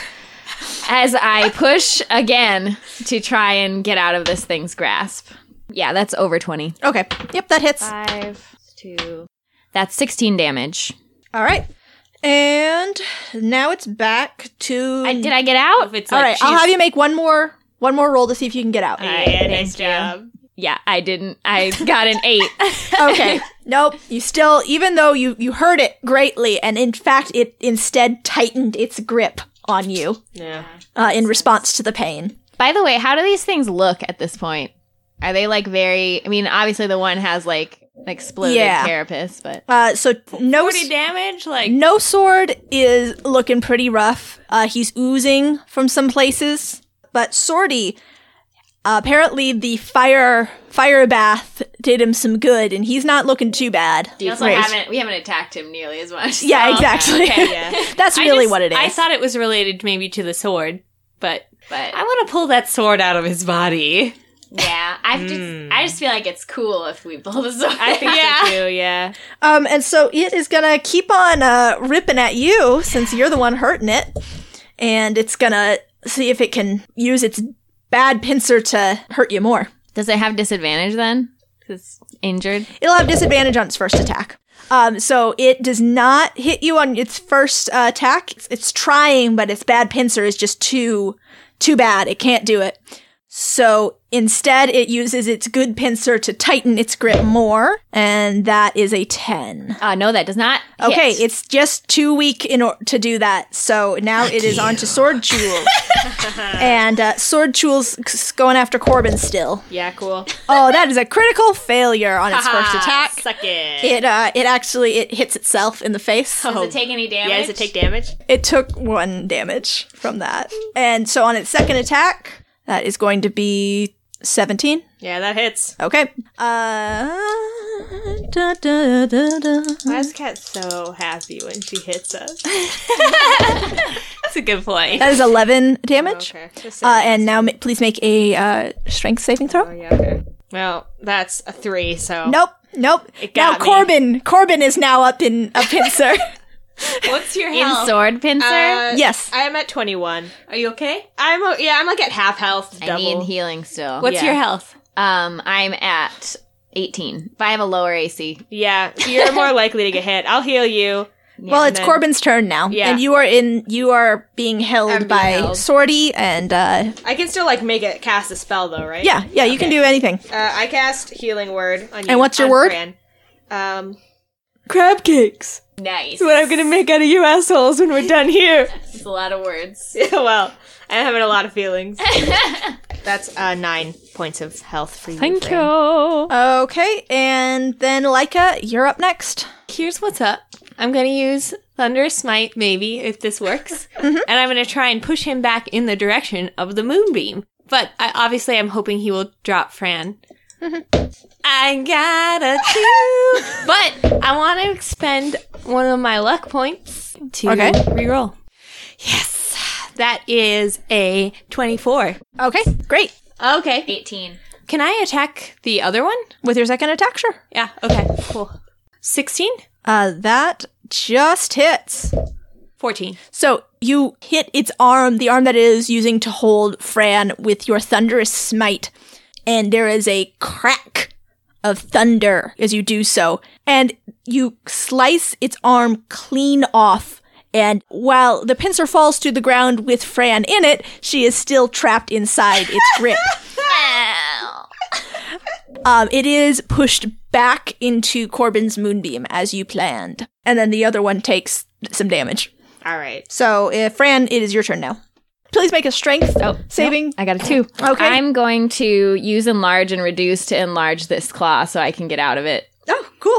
Speaker 5: as I push again to try and get out of this thing's grasp. Yeah, that's over twenty.
Speaker 4: Okay. Yep, that hits.
Speaker 5: Five, two. That's sixteen damage.
Speaker 4: All right. And now it's back to
Speaker 5: I, did I get out?
Speaker 2: If it's
Speaker 4: All
Speaker 2: like
Speaker 4: right, I'll
Speaker 2: she's-
Speaker 4: have you make one more One more roll to see if you can get out.
Speaker 1: All right, yeah, nice job.
Speaker 5: Yeah, I didn't. I got an eight.
Speaker 4: okay. Nope. You still, even though you you hurt it greatly, and in fact, it instead tightened its grip on you
Speaker 1: Yeah.
Speaker 4: uh, in response to the pain.
Speaker 5: By the way, how do these things look at this point? Are they like very? I mean, obviously the one has like an exploded
Speaker 4: Yeah.
Speaker 5: carapace, but
Speaker 4: Uh, so no s-
Speaker 2: damage? Like,
Speaker 4: no sword is looking pretty rough. Uh, he's oozing from some places, but Sorty. Uh, apparently, the fire fire bath did him some good, and he's not looking too bad.
Speaker 5: we also haven't we haven't attacked him nearly as much.
Speaker 4: Yeah, exactly. That's
Speaker 2: I
Speaker 4: really
Speaker 2: just-
Speaker 4: what it is.
Speaker 2: I thought it was related maybe to the sword, but
Speaker 5: But
Speaker 2: I want to pull that sword out of his body.
Speaker 5: yeah, I just I just feel like it's cool if we pull the sword.
Speaker 1: I think
Speaker 2: Yeah.
Speaker 1: so too, yeah.
Speaker 4: Um, and so it is gonna keep on uh, ripping at you since you're the one hurting it, and it's gonna see if it can use its bad pincer to hurt you more.
Speaker 5: Does it have disadvantage then? Because injured.
Speaker 4: It'll have disadvantage on its first attack. Um, so it does not hit you on its first uh, attack. It's, it's trying, but its bad pincer is just too too bad. It can't do it. So instead, it uses its good pincer to tighten its grip more, and that is a ten.
Speaker 5: Uh, no, that does not.
Speaker 2: Oh,
Speaker 5: hit.
Speaker 4: Okay, it's just too weak in or- to do that. So now it is on to Sword Jewel. and uh, Sword Jewel's c- going after Corbin still.
Speaker 1: Yeah, cool.
Speaker 4: Oh, that is a critical failure on its first attack.
Speaker 1: Suck it. Oh.
Speaker 4: It uh, it actually it hits itself in the face.
Speaker 5: Does it take any damage?
Speaker 1: Yeah, does it take damage?
Speaker 4: It took one damage from that. And so on its second attack, that is going to be 17.
Speaker 1: Yeah, that hits.
Speaker 4: Okay. Uh da, da, da, da.
Speaker 1: Why is Cat so happy when she hits us?
Speaker 2: That's a good point.
Speaker 4: That is 11 damage.
Speaker 1: Okay. Just
Speaker 4: Uh, and now, ma- please make a uh, strength saving throw.
Speaker 1: saying. yeah, okay. Well, that's a three, so
Speaker 4: Nope, nope.
Speaker 1: It
Speaker 4: Now
Speaker 1: got me.
Speaker 4: Corbin, Corbin is now up in a pincer.
Speaker 2: What's your
Speaker 5: in
Speaker 2: health?
Speaker 5: sword pincer?
Speaker 1: Uh,
Speaker 4: yes.
Speaker 1: I am at twenty one.
Speaker 2: Are you okay?
Speaker 1: I'm uh, yeah, I'm like at half health.
Speaker 5: I
Speaker 1: Double.
Speaker 5: need healing still.
Speaker 2: What's
Speaker 1: Yeah.
Speaker 2: your health?
Speaker 5: Um, I'm at 18. If I have a lower AC,
Speaker 1: yeah, you're more likely to get hit. I'll heal you.
Speaker 4: well,
Speaker 1: and
Speaker 4: it's
Speaker 1: then-
Speaker 4: Corbin's turn now,
Speaker 1: Yeah.
Speaker 4: and you are in. You are being held
Speaker 5: being
Speaker 4: by
Speaker 5: held.
Speaker 4: Sortie, and uh,
Speaker 1: I can still like make it cast a spell though, right?
Speaker 4: yeah, yeah, you can do anything.
Speaker 1: Uh, I cast healing word on you.
Speaker 4: And what's your
Speaker 1: on
Speaker 4: word?
Speaker 1: Fran. Um,
Speaker 4: Crab cakes.
Speaker 5: nice.
Speaker 1: what I'm gonna make out of you assholes when we're done here.
Speaker 5: That's a lot of words.
Speaker 1: Yeah, well, I'm having a lot of feelings. That's uh, nine points of health for you. Thank you.
Speaker 4: Okay, and then Leica, you're up next.
Speaker 2: Here's what's up. I'm going to use Thunderous Smite, maybe, if this works.
Speaker 1: Mm-hmm.
Speaker 2: And I'm going to try and push him back in the direction of the moonbeam. But I, obviously, I'm hoping he will drop Fran. I got a two. but I want to expend one of my luck points to
Speaker 4: Okay.
Speaker 2: reroll. Yes. That is a 24.
Speaker 4: Okay, great.
Speaker 2: Okay.
Speaker 5: 18.
Speaker 2: Can I attack the other one?
Speaker 4: With your second attack, sure.
Speaker 2: Yeah. Okay. Cool. 16?
Speaker 4: Uh, that just hits.
Speaker 2: 14.
Speaker 4: So you hit its arm, the arm that it is using to hold Fran with your thunderous smite, and there is a crack of thunder as you do so, and you slice its arm clean off. And while the pincer falls to the ground with Fran in it, she is still trapped inside its grip. Um, it is pushed back into Corbin's moonbeam as you planned. And then the other one takes some damage.
Speaker 1: All right.
Speaker 4: So, uh, Fran, it is your turn now. Please make a strength
Speaker 5: Oh,
Speaker 4: saving.
Speaker 5: I got a two.
Speaker 4: Okay.
Speaker 5: I'm going to use enlarge and reduce to enlarge this claw so I can get out of it.
Speaker 4: Oh, cool.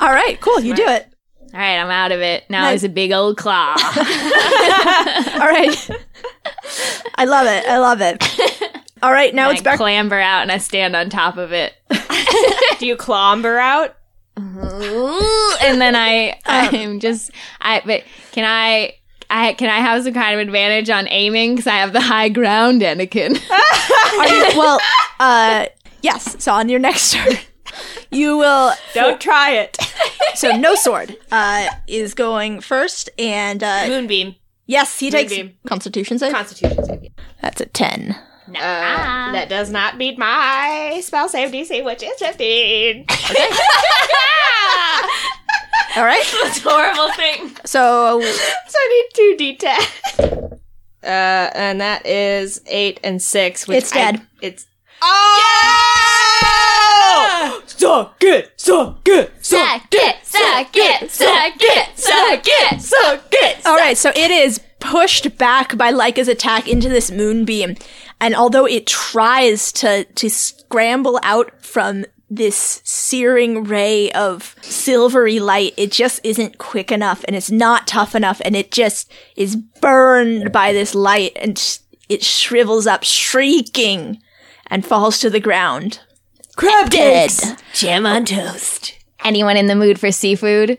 Speaker 4: All right, cool. You do it.
Speaker 5: All right, I'm out of it. Now
Speaker 4: Nice.
Speaker 5: it's a big old claw.
Speaker 4: All right. I love it. I love it. All right, now
Speaker 5: I
Speaker 4: it's back.
Speaker 5: clamber out and I stand on top of it.
Speaker 1: Do you clomber out?
Speaker 5: and then I,
Speaker 2: Um,
Speaker 5: I'm just, I. But can I, I can I have some kind of advantage on aiming because I have the high ground, Anakin.
Speaker 4: Are you, well, uh, yes. So on your next turn, you will.
Speaker 1: Don't try it.
Speaker 4: So no sword uh, is going first, and uh,
Speaker 2: Moonbeam.
Speaker 4: yes, he takes
Speaker 1: Moonbeam.
Speaker 4: Constitution save.
Speaker 1: Constitution save.
Speaker 4: That's a ten.
Speaker 2: Ah.
Speaker 1: Uh, that does not beat my spell save DC, which is 15.
Speaker 4: All right.
Speaker 5: Horrible thing.
Speaker 4: So
Speaker 1: so I need two D10. Uh, and that is eight and six. Which
Speaker 4: It's dead.
Speaker 1: I, it's. Oh! Suck it! Suck it!
Speaker 5: Suck it, suck it, suck it, suck it, suck it.
Speaker 4: All right, so it is pushed back by Leica's attack into this moonbeam, and although it tries to to scramble out from this searing ray of silvery light, it just isn't quick enough, and it's not tough enough, and it just is burned by this light, and sh- it shrivels up, shrieking, and falls to the ground. Crab dead.
Speaker 3: Jam on toast.
Speaker 5: Anyone in the mood for seafood?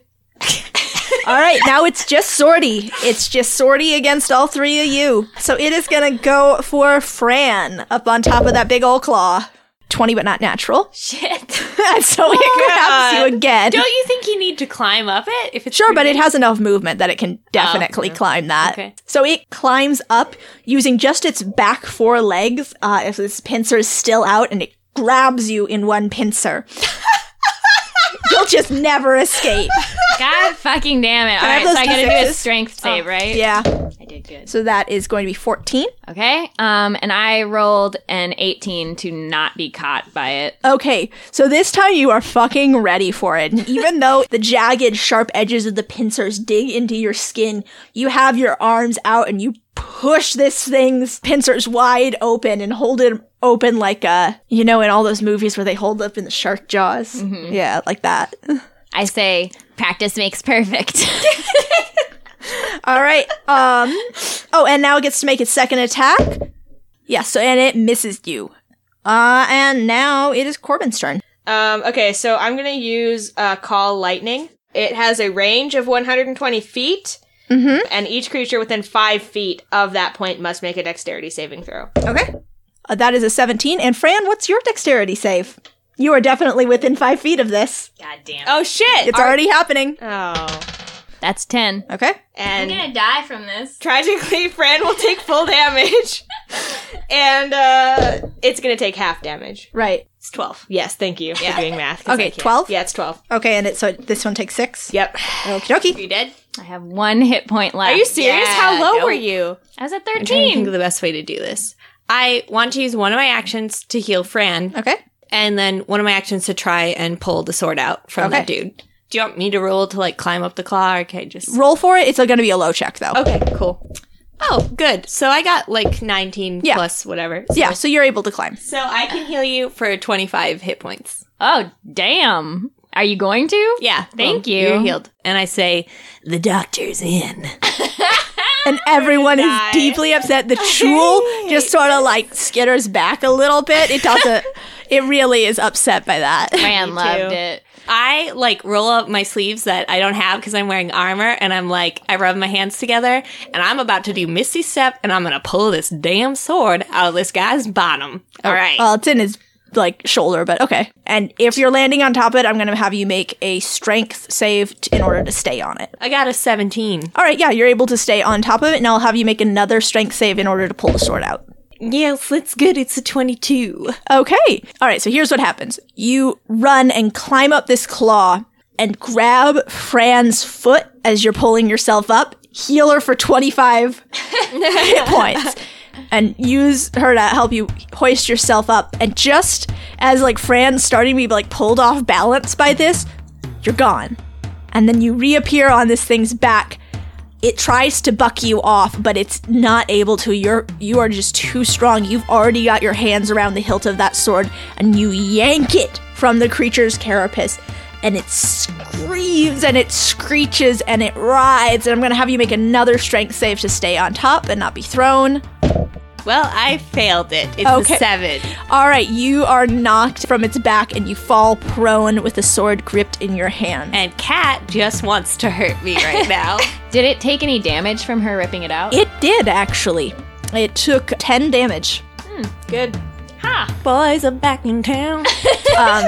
Speaker 4: All right, now it's just sortie. It's just sortie against all three of you. So it is going to go for Fran up on top of that big old claw. 20, but not natural. Shit. so it grabs you again.
Speaker 2: Don't you think you need to climb up it? If it's
Speaker 4: Sure, but it has enough movement that it can
Speaker 5: Oh,
Speaker 4: definitely climb that.
Speaker 2: Okay.
Speaker 4: So it climbs up using just its back four legs, uh, if this pincer is still out, and it grabs you in one pincer. You'll just never escape.
Speaker 5: God fucking damn it. All
Speaker 4: I have
Speaker 5: right, so
Speaker 4: those
Speaker 5: I gotta do a
Speaker 4: D6s?
Speaker 5: strength
Speaker 2: Oh.
Speaker 5: save, right?
Speaker 4: Yeah.
Speaker 5: I did good.
Speaker 4: So that is going to be 14.
Speaker 5: Okay. Um, and I rolled an 18 to not be caught by it.
Speaker 4: Okay, so this time you are fucking ready for it. And even though the jagged, sharp edges of the pincers dig into your skin, you have your arms out and you push this thing's pincers wide open and hold it open like uh you know in all those movies where they hold up in the shark jaws
Speaker 5: Mm-hmm.
Speaker 4: yeah like that
Speaker 5: I say, practice makes perfect.
Speaker 4: all right um oh and now it gets to make its second attack yeah so and it misses you uh and now it is corbin's turn
Speaker 1: Um, okay, so I'm gonna use uh, Call Lightning. It has a range of 120 feet,
Speaker 2: Mm-hmm.
Speaker 1: and each creature within five feet of that point must make a Dexterity saving throw.
Speaker 4: Okay. Uh, that is a 17. And Fran, what's your dexterity save? You are definitely within five feet of this.
Speaker 1: Oh shit!
Speaker 4: It's already happening.
Speaker 1: oh,
Speaker 5: That's 10.
Speaker 4: Okay.
Speaker 1: and
Speaker 5: die from this.
Speaker 1: tragically, Fran will take full damage, and uh, it's gonna take half damage.
Speaker 4: Right.
Speaker 1: It's 12. Yes, thank you for doing math. 'cause
Speaker 4: Okay,
Speaker 1: I can't.
Speaker 4: 12?
Speaker 1: Yeah, it's 12.
Speaker 4: Okay, and it, so this one takes six.
Speaker 1: Yep.
Speaker 4: Okie dokie.
Speaker 2: you dead?
Speaker 5: I have one hit point left.
Speaker 1: Are you serious? How low were you?
Speaker 5: I was at
Speaker 2: I'm trying to think
Speaker 5: 13.
Speaker 2: of the best way to do this. I want to use one of my actions to heal Fran,
Speaker 4: Okay.
Speaker 2: and then one of my actions to try and pull the sword out from that dude. Do you want me to roll to like climb up the claw? Or okay, just
Speaker 4: Roll for it. It's going to be a low check, though.
Speaker 2: okay, cool. Oh, good. So I got like 19
Speaker 4: Yeah.
Speaker 2: plus whatever.
Speaker 4: Yeah, so you're able to climb.
Speaker 2: So I can heal you for 25 hit points.
Speaker 5: Oh, damn. Are you going to?
Speaker 2: Yeah.
Speaker 5: Thank you.
Speaker 2: You're healed. And I say, the doctor's in.
Speaker 4: And everyone is deeply upset. The jewel just sort of like skitters back a little bit. It doesn't, it really is upset by that.
Speaker 5: Fran loved it.
Speaker 2: I like roll up my sleeves that I don't have because I'm wearing armor and I'm like, I rub my hands together and I'm about to do Misty Step and I'm going to pull this damn sword out of this guy's bottom. All right.
Speaker 4: Well, Uh, it's in his like shoulder, but okay. And if you're landing on top of it, I'm going to have you make a strength save t- in order to stay on it.
Speaker 2: I got a 17.
Speaker 4: All right, yeah, you're able to stay on top of it, and I'll have you make another strength save in order to pull the sword out.
Speaker 2: Yes, that's good. It's a 22.
Speaker 4: Okay. All right, so here's what happens you run and climb up this claw and grab Fran's foot as you're pulling yourself up, heal her for 25 hit points. And use her to help you hoist yourself up. And just as like Fran's starting to be like pulled off balance by this, you're gone. And then you reappear on this thing's back it tries to buck you off, but it's not able to. You're you are just too strong. You've already got your hands around the hilt of that sword, and you yank it from the creature's carapace, and it screams and it screeches and it writhes. And I'm gonna have you make another strength save to stay on top and not be thrown.
Speaker 2: Well, I failed it. It's
Speaker 4: Okay.
Speaker 2: a 7.
Speaker 4: All right, you are knocked from its back, and you fall prone with the sword gripped in your hand.
Speaker 2: And Kat just wants to hurt me right now.
Speaker 5: Did it take any damage from her ripping it out?
Speaker 4: It did actually. It took ten damage.
Speaker 1: Good.
Speaker 2: Boys, I'm back in town.
Speaker 4: Um,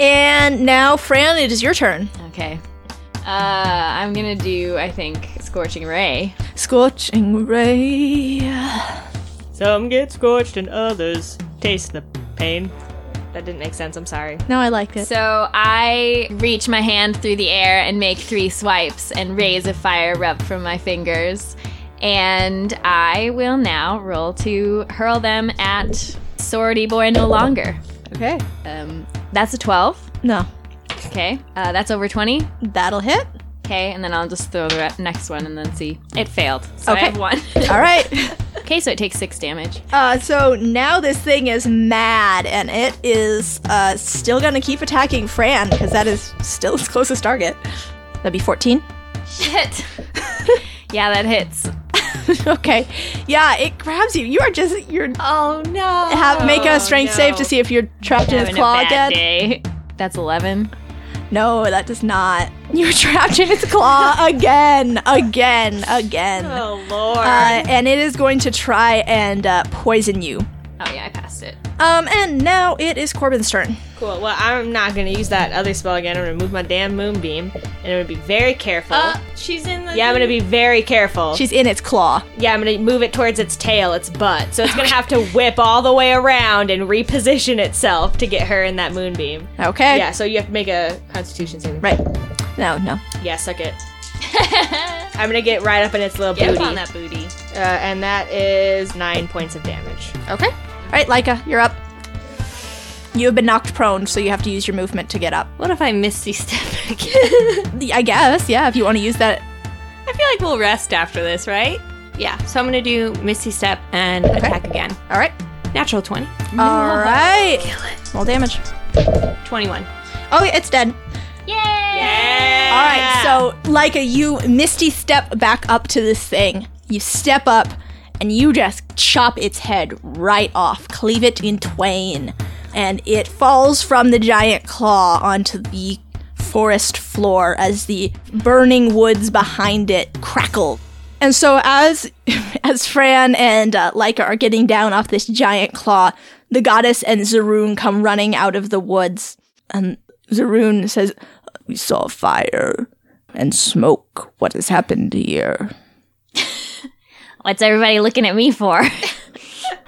Speaker 4: and now, Fran, it is your turn.
Speaker 5: Okay. Uh, I'm gonna do, I think, Scorching Ray.
Speaker 4: Scorching ray.
Speaker 1: Some get scorched and others taste the pain. That didn't make sense. I'm sorry.
Speaker 4: No, I like it.
Speaker 5: So I reach my hand through the air and make three swipes and rays of fire erupt from my fingers. And I will now roll to hurl them at Sorority Boy no longer.
Speaker 4: Okay.
Speaker 5: Um, that's a 12.
Speaker 4: No.
Speaker 5: Okay. Uh, that's over 20.
Speaker 4: That'll hit.
Speaker 5: Okay. And then I'll just throw the re- next one and then see. It failed. So I
Speaker 4: Okay.
Speaker 5: have one.
Speaker 4: All right.
Speaker 5: okay. So it takes six damage.
Speaker 4: Uh, so now this thing is mad, and it is uh, still gonna keep attacking Fran because that is still its closest target. That'd be fourteen.
Speaker 5: Shit. yeah, that hits.
Speaker 4: okay. Yeah, it grabs you. You are just you're
Speaker 5: Oh, no.
Speaker 4: have make a strength save to see if you're trapped in its
Speaker 5: Having a
Speaker 4: claw again.
Speaker 5: bad day. That's 11.
Speaker 4: No, that does not. You're trapped in its claw again, again, again.
Speaker 1: Oh lord.
Speaker 4: Uh, and it is going to try and uh, poison you.
Speaker 5: Oh, yeah, I passed it.
Speaker 4: Um, and now it is Corbin's turn.
Speaker 1: cool. Well, I'm not gonna use that other spell again. I'm gonna move my damn moonbeam, and I'm gonna be very careful.
Speaker 2: Uh, she's in the.
Speaker 1: yeah, I'm gonna be very careful.
Speaker 4: She's in its claw.
Speaker 1: yeah, I'm gonna move it towards its tail, its butt. So it's gonna have to whip all the way around and reposition itself to get her in that moonbeam.
Speaker 4: Okay.
Speaker 1: Yeah, so you have to make a Constitution saving.
Speaker 4: Right. No, no.
Speaker 1: Yeah, suck it. I'm gonna get right up in its little
Speaker 2: Get
Speaker 1: booty,
Speaker 2: up on that booty.
Speaker 1: Uh, and that is nine points of damage.
Speaker 4: Okay. All right, Leica, you're up. You have been knocked prone, so you have to use your movement to get up.
Speaker 2: What if I misty step again?
Speaker 4: I guess, yeah, if you want to use that.
Speaker 2: I feel like we'll rest after this, right? Yeah. So I'm gonna do misty step and attack again.
Speaker 4: All right.
Speaker 2: Natural 20.
Speaker 4: All right. Roll damage.
Speaker 2: 21.
Speaker 4: Oh, yeah, it's dead. Yay! All right, so Leica, you misty step back up to this thing. You step up and you just chop its head right off, cleave it in twain, and it falls from the giant claw onto the forest floor as the burning woods behind it crackle. And so as as Fran and uh, Leica are getting down off this giant claw, the goddess and Zaroon come running out of the woods. And Zaroon says, We saw fire and smoke. What has happened here?
Speaker 5: What's everybody looking at me for?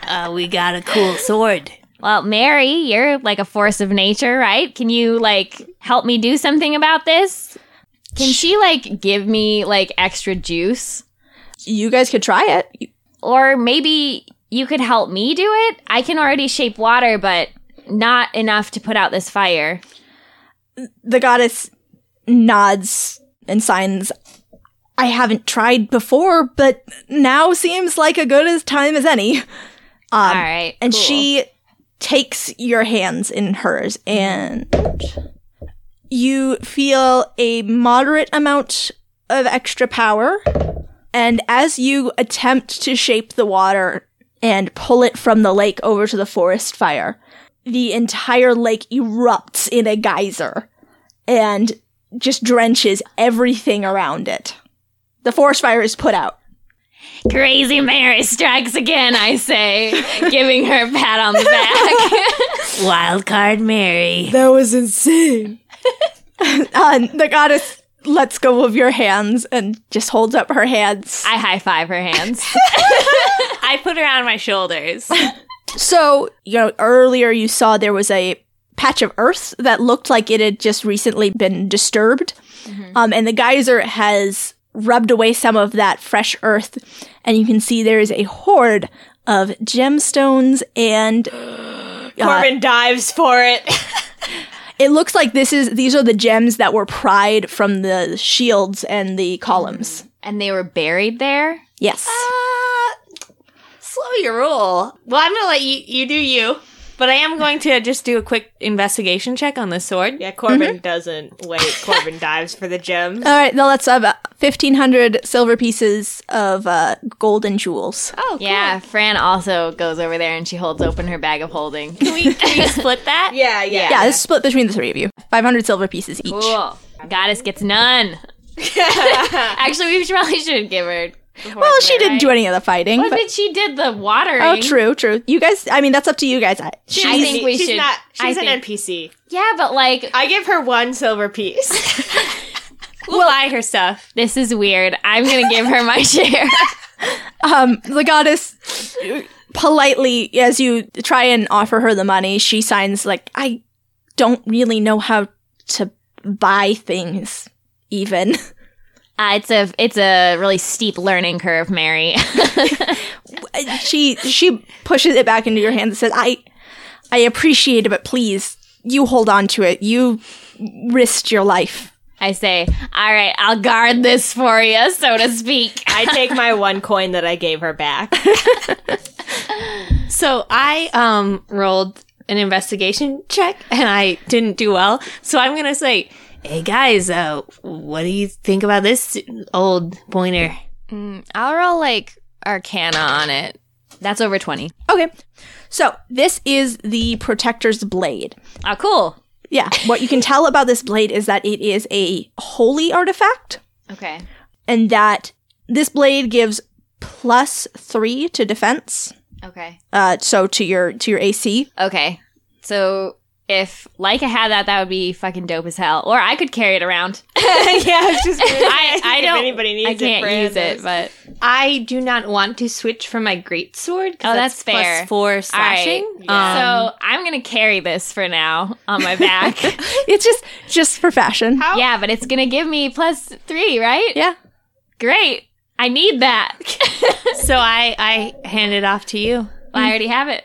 Speaker 3: Uh, we got a cool sword.
Speaker 5: well, Mary, you're like a force of nature, right? Can you like help me do something about this? Can she like give me like extra juice?
Speaker 4: You guys could try it.
Speaker 5: Or maybe you could help me do it? I can already shape water, but not enough to put out this fire.
Speaker 4: The goddess nods and signs, I haven't tried before, but now seems like a good as time as any. Um,
Speaker 5: All
Speaker 2: Um,
Speaker 5: right.
Speaker 4: And
Speaker 5: cool.
Speaker 4: she takes your hands in hers, and you feel a moderate amount of extra power. And as you attempt to shape the water and pull it from the lake over to the forest fire, the entire lake erupts in a geyser and just drenches everything around it. The forest fire is put out.
Speaker 5: Crazy Mary strikes again, I say, giving her a pat on the back.
Speaker 3: Wildcard Mary.
Speaker 4: That was insane. um, the goddess lets go of your hands and just holds up her hands.
Speaker 5: I high five her hands.
Speaker 2: I put her on my shoulders.
Speaker 4: So, you know, earlier you saw there was a patch of earth that looked like it had just recently been disturbed. Um, and the geyser has rubbed away some of that fresh earth. And you can see there is a horde of gemstones and. uh,
Speaker 1: Corbin dives for it.
Speaker 4: it looks like this is these are the gems that were pried from the shields and the columns.
Speaker 5: and they were buried there.
Speaker 4: Yes.
Speaker 2: Slow your roll. Well, I'm gonna let you you do you, but I am going to just do a quick investigation check on the sword.
Speaker 1: yeah, Corbin
Speaker 5: Mm-hmm.
Speaker 1: doesn't wait. Corbin dives for the gems.
Speaker 4: All right, now let's have uh, 1,500 silver pieces of uh, golden jewels.
Speaker 2: Oh,
Speaker 5: Yeah, Fran also goes over there and she holds open her bag of holding.
Speaker 2: Can we, can we split that?
Speaker 1: yeah, yeah.
Speaker 4: yeah, it's split between the three of you. 500 silver pieces each.
Speaker 5: Cool. Goddess gets none. Actually, we should- probably should give her.
Speaker 4: Well, she didn't do any of the fighting.
Speaker 5: Well,
Speaker 4: but-
Speaker 5: but she did the watering.
Speaker 4: oh, true, true. You guys, I mean, that's up to you guys. I,
Speaker 5: I think we
Speaker 1: she's
Speaker 5: should.
Speaker 1: Not, she's
Speaker 5: I
Speaker 1: an
Speaker 5: think-
Speaker 1: NPC.
Speaker 5: Yeah, but like
Speaker 1: I give her one silver piece.
Speaker 2: We'll, buy her stuff.
Speaker 5: this is weird. I'm gonna give her my share.
Speaker 4: um, the goddess politely, as you try and offer her the money, she signs, like, I don't really know how to buy things, even.
Speaker 5: Uh, it's a it's a really steep learning curve, Mary.
Speaker 4: Uh, She she pushes it back into your hand and says, "I I appreciate it, but please, you hold on to it. You risked your life."
Speaker 5: I say, all right, I'll guard this for you, so to speak.
Speaker 1: I take my one coin that I gave her back.
Speaker 2: So I um rolled an investigation check and I didn't do well. So I'm gonna say, hey guys, uh, what do you think about this old pointer?
Speaker 5: Mm, I'll roll like Arcana on it. That's over twenty.
Speaker 4: Okay. So, this is the protector's blade.
Speaker 5: Oh, cool.
Speaker 4: Yeah, what you can tell about this blade is that it is a holy artifact
Speaker 5: Okay.
Speaker 4: and that this blade gives plus 3 to defense.
Speaker 5: Okay.
Speaker 4: Uh, so to your to your AC.
Speaker 5: Okay. So if Leica had that, that would be fucking dope as hell. Or I could carry it around.
Speaker 1: yeah, I was just.
Speaker 5: I, I don't.
Speaker 1: anybody needs
Speaker 5: I
Speaker 1: it,
Speaker 5: can't
Speaker 1: Fran,
Speaker 5: use it,
Speaker 1: that's-
Speaker 5: but
Speaker 2: I do not want to switch from my greatsword. 'cause
Speaker 5: Oh, that's
Speaker 2: plus
Speaker 5: fair.
Speaker 2: four slashing. Um,
Speaker 5: so I'm gonna carry this for now on my back.
Speaker 4: It's just just for fashion.
Speaker 5: Oh. yeah, but it's gonna give me plus three, right?
Speaker 4: Yeah.
Speaker 5: Great. I need that.
Speaker 2: so I I hand it off to you.
Speaker 5: Well, I already have it.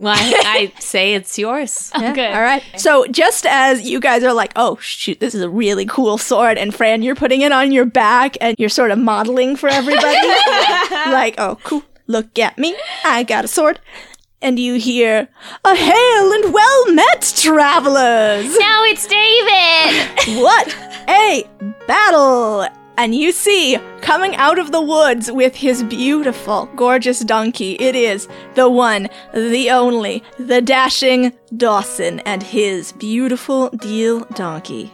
Speaker 2: Well, I, I say it's yours.
Speaker 5: I'm good.
Speaker 4: All right. So just as you guys are like, "Oh shoot, this is a really cool sword," and Fran, you're putting it on your back and you're sort of modeling for everybody, like, "Oh cool, look at me, I got a sword," and you hear, "A hail and well met, travelers!
Speaker 5: No, it's David.
Speaker 4: what a battle!" And you see coming out of the woods with his beautiful, gorgeous donkey. It is the one, the only, the dashing Dawson and his beautiful deal donkey.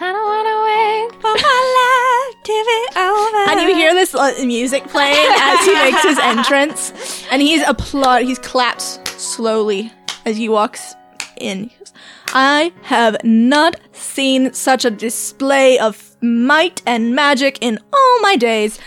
Speaker 5: I don't want to wait.
Speaker 4: And you hear this uh, music playing as he makes his entrance, and he's applaud. He's claps slowly as he walks in. He goes, I have not seen such a display of might and magic in all my days.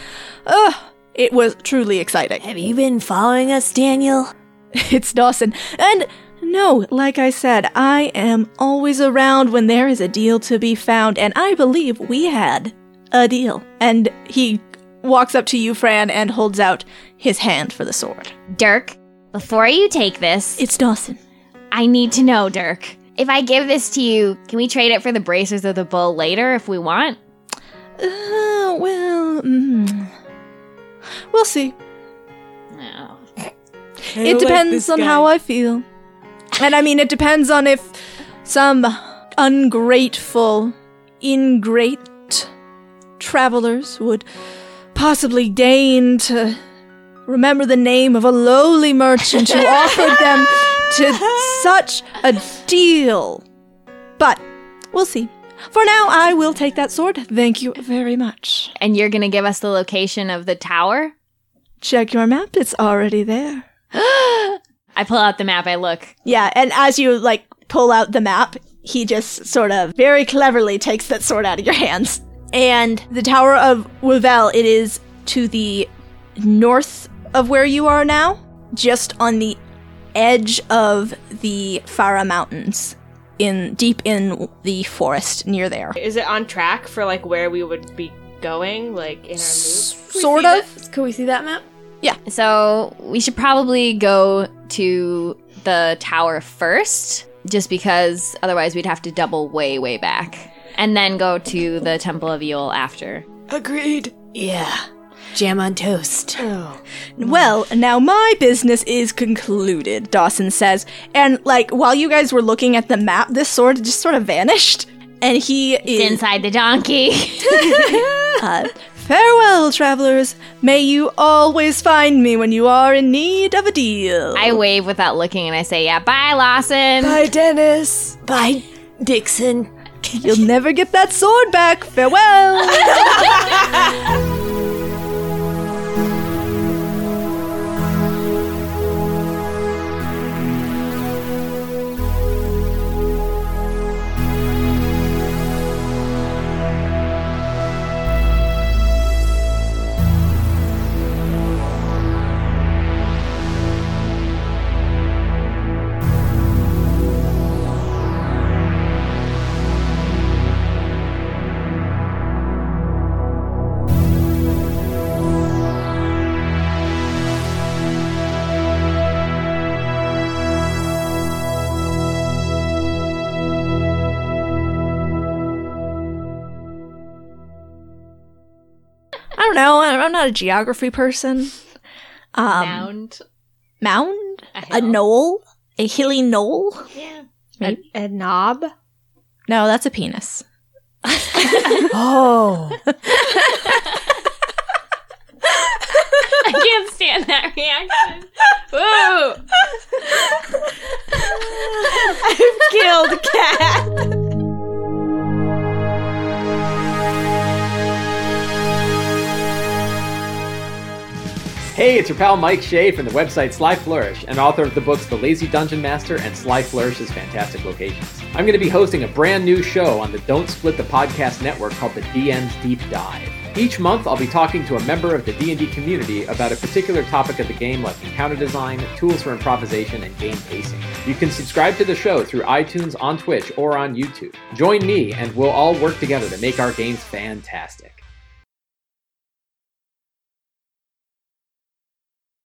Speaker 4: Ugh, it was truly exciting.
Speaker 3: Have you been following us, Daniel?
Speaker 4: It's Dawson. And no, like I said, I am always around when there is a deal to be found, and I believe we had a deal. And he walks up to you, Fran, and holds out his hand for the sword.
Speaker 5: Dirk, before you take this,
Speaker 4: It's Dawson.
Speaker 5: I need to know, Dirk. If I give this to you, can we trade it for the bracers of the bull later if we want?
Speaker 4: Uh, well, mm, we'll see.
Speaker 5: No.
Speaker 4: it depends on how I feel. And I mean, it depends on if some ungrateful, ingrate travelers would possibly deign to remember the name of a lowly merchant who offered them to such a deal. But we'll see. For now, I will take that sword. Thank you very much.
Speaker 5: And you're going to give us the location of the tower?
Speaker 4: Check your map, it's already there.
Speaker 5: I pull out the map, I look.
Speaker 4: Yeah, and as you like pull out the map, he just sort of very cleverly takes that sword out of your hands. And the Tower of Wavel, it is to the north of where you are now, just on the edge of the Farah Mountains, in deep in the forest near there.
Speaker 1: Is it on track for like where we would be going, like in our move?
Speaker 4: Sort of.
Speaker 2: Can we see that map?
Speaker 5: So we should probably go to the tower first, just because otherwise we'd have to double way, way back. And then go to the Temple of Yule after.
Speaker 1: Agreed.
Speaker 3: Yeah. Jam on toast.
Speaker 4: Well, now my business is concluded, Dawson says. And like while you guys were looking at the map, this sword just sort of vanished. And he is
Speaker 5: Inside the donkey.
Speaker 4: Uh, farewell, travelers. May you always find me when you are in need of a deal.
Speaker 5: I wave without looking and I say, yeah, bye, Lawson.
Speaker 1: Hi, Dennis.
Speaker 3: Bye, Dixon.
Speaker 4: You'll never get that sword back. Farewell. I don't know. I- I'm not a geography person. Um,
Speaker 2: Mound.
Speaker 4: Mound?
Speaker 2: A
Speaker 4: A, knoll? A hilly knoll?
Speaker 1: A, a knob?
Speaker 4: No, that's a penis.
Speaker 1: Oh.
Speaker 2: I can't stand that reaction. Ooh.
Speaker 1: Killed cat.
Speaker 5: Hey, it's your pal Mike Shea from the website Sly Flourish and author of the books The Lazy Dungeon Master and Sly Flourish's Fantastic Locations. I'm going to be hosting a brand new show on the Don't Split the Podcast network called the DM's Deep Dive. Each month, I'll be talking to a member of the D&D community about a particular topic of the game like encounter design, tools for improvisation, and game pacing. You can subscribe to the show through iTunes, on Twitch, or on YouTube. Join me, and we'll all work together to make our games fantastic.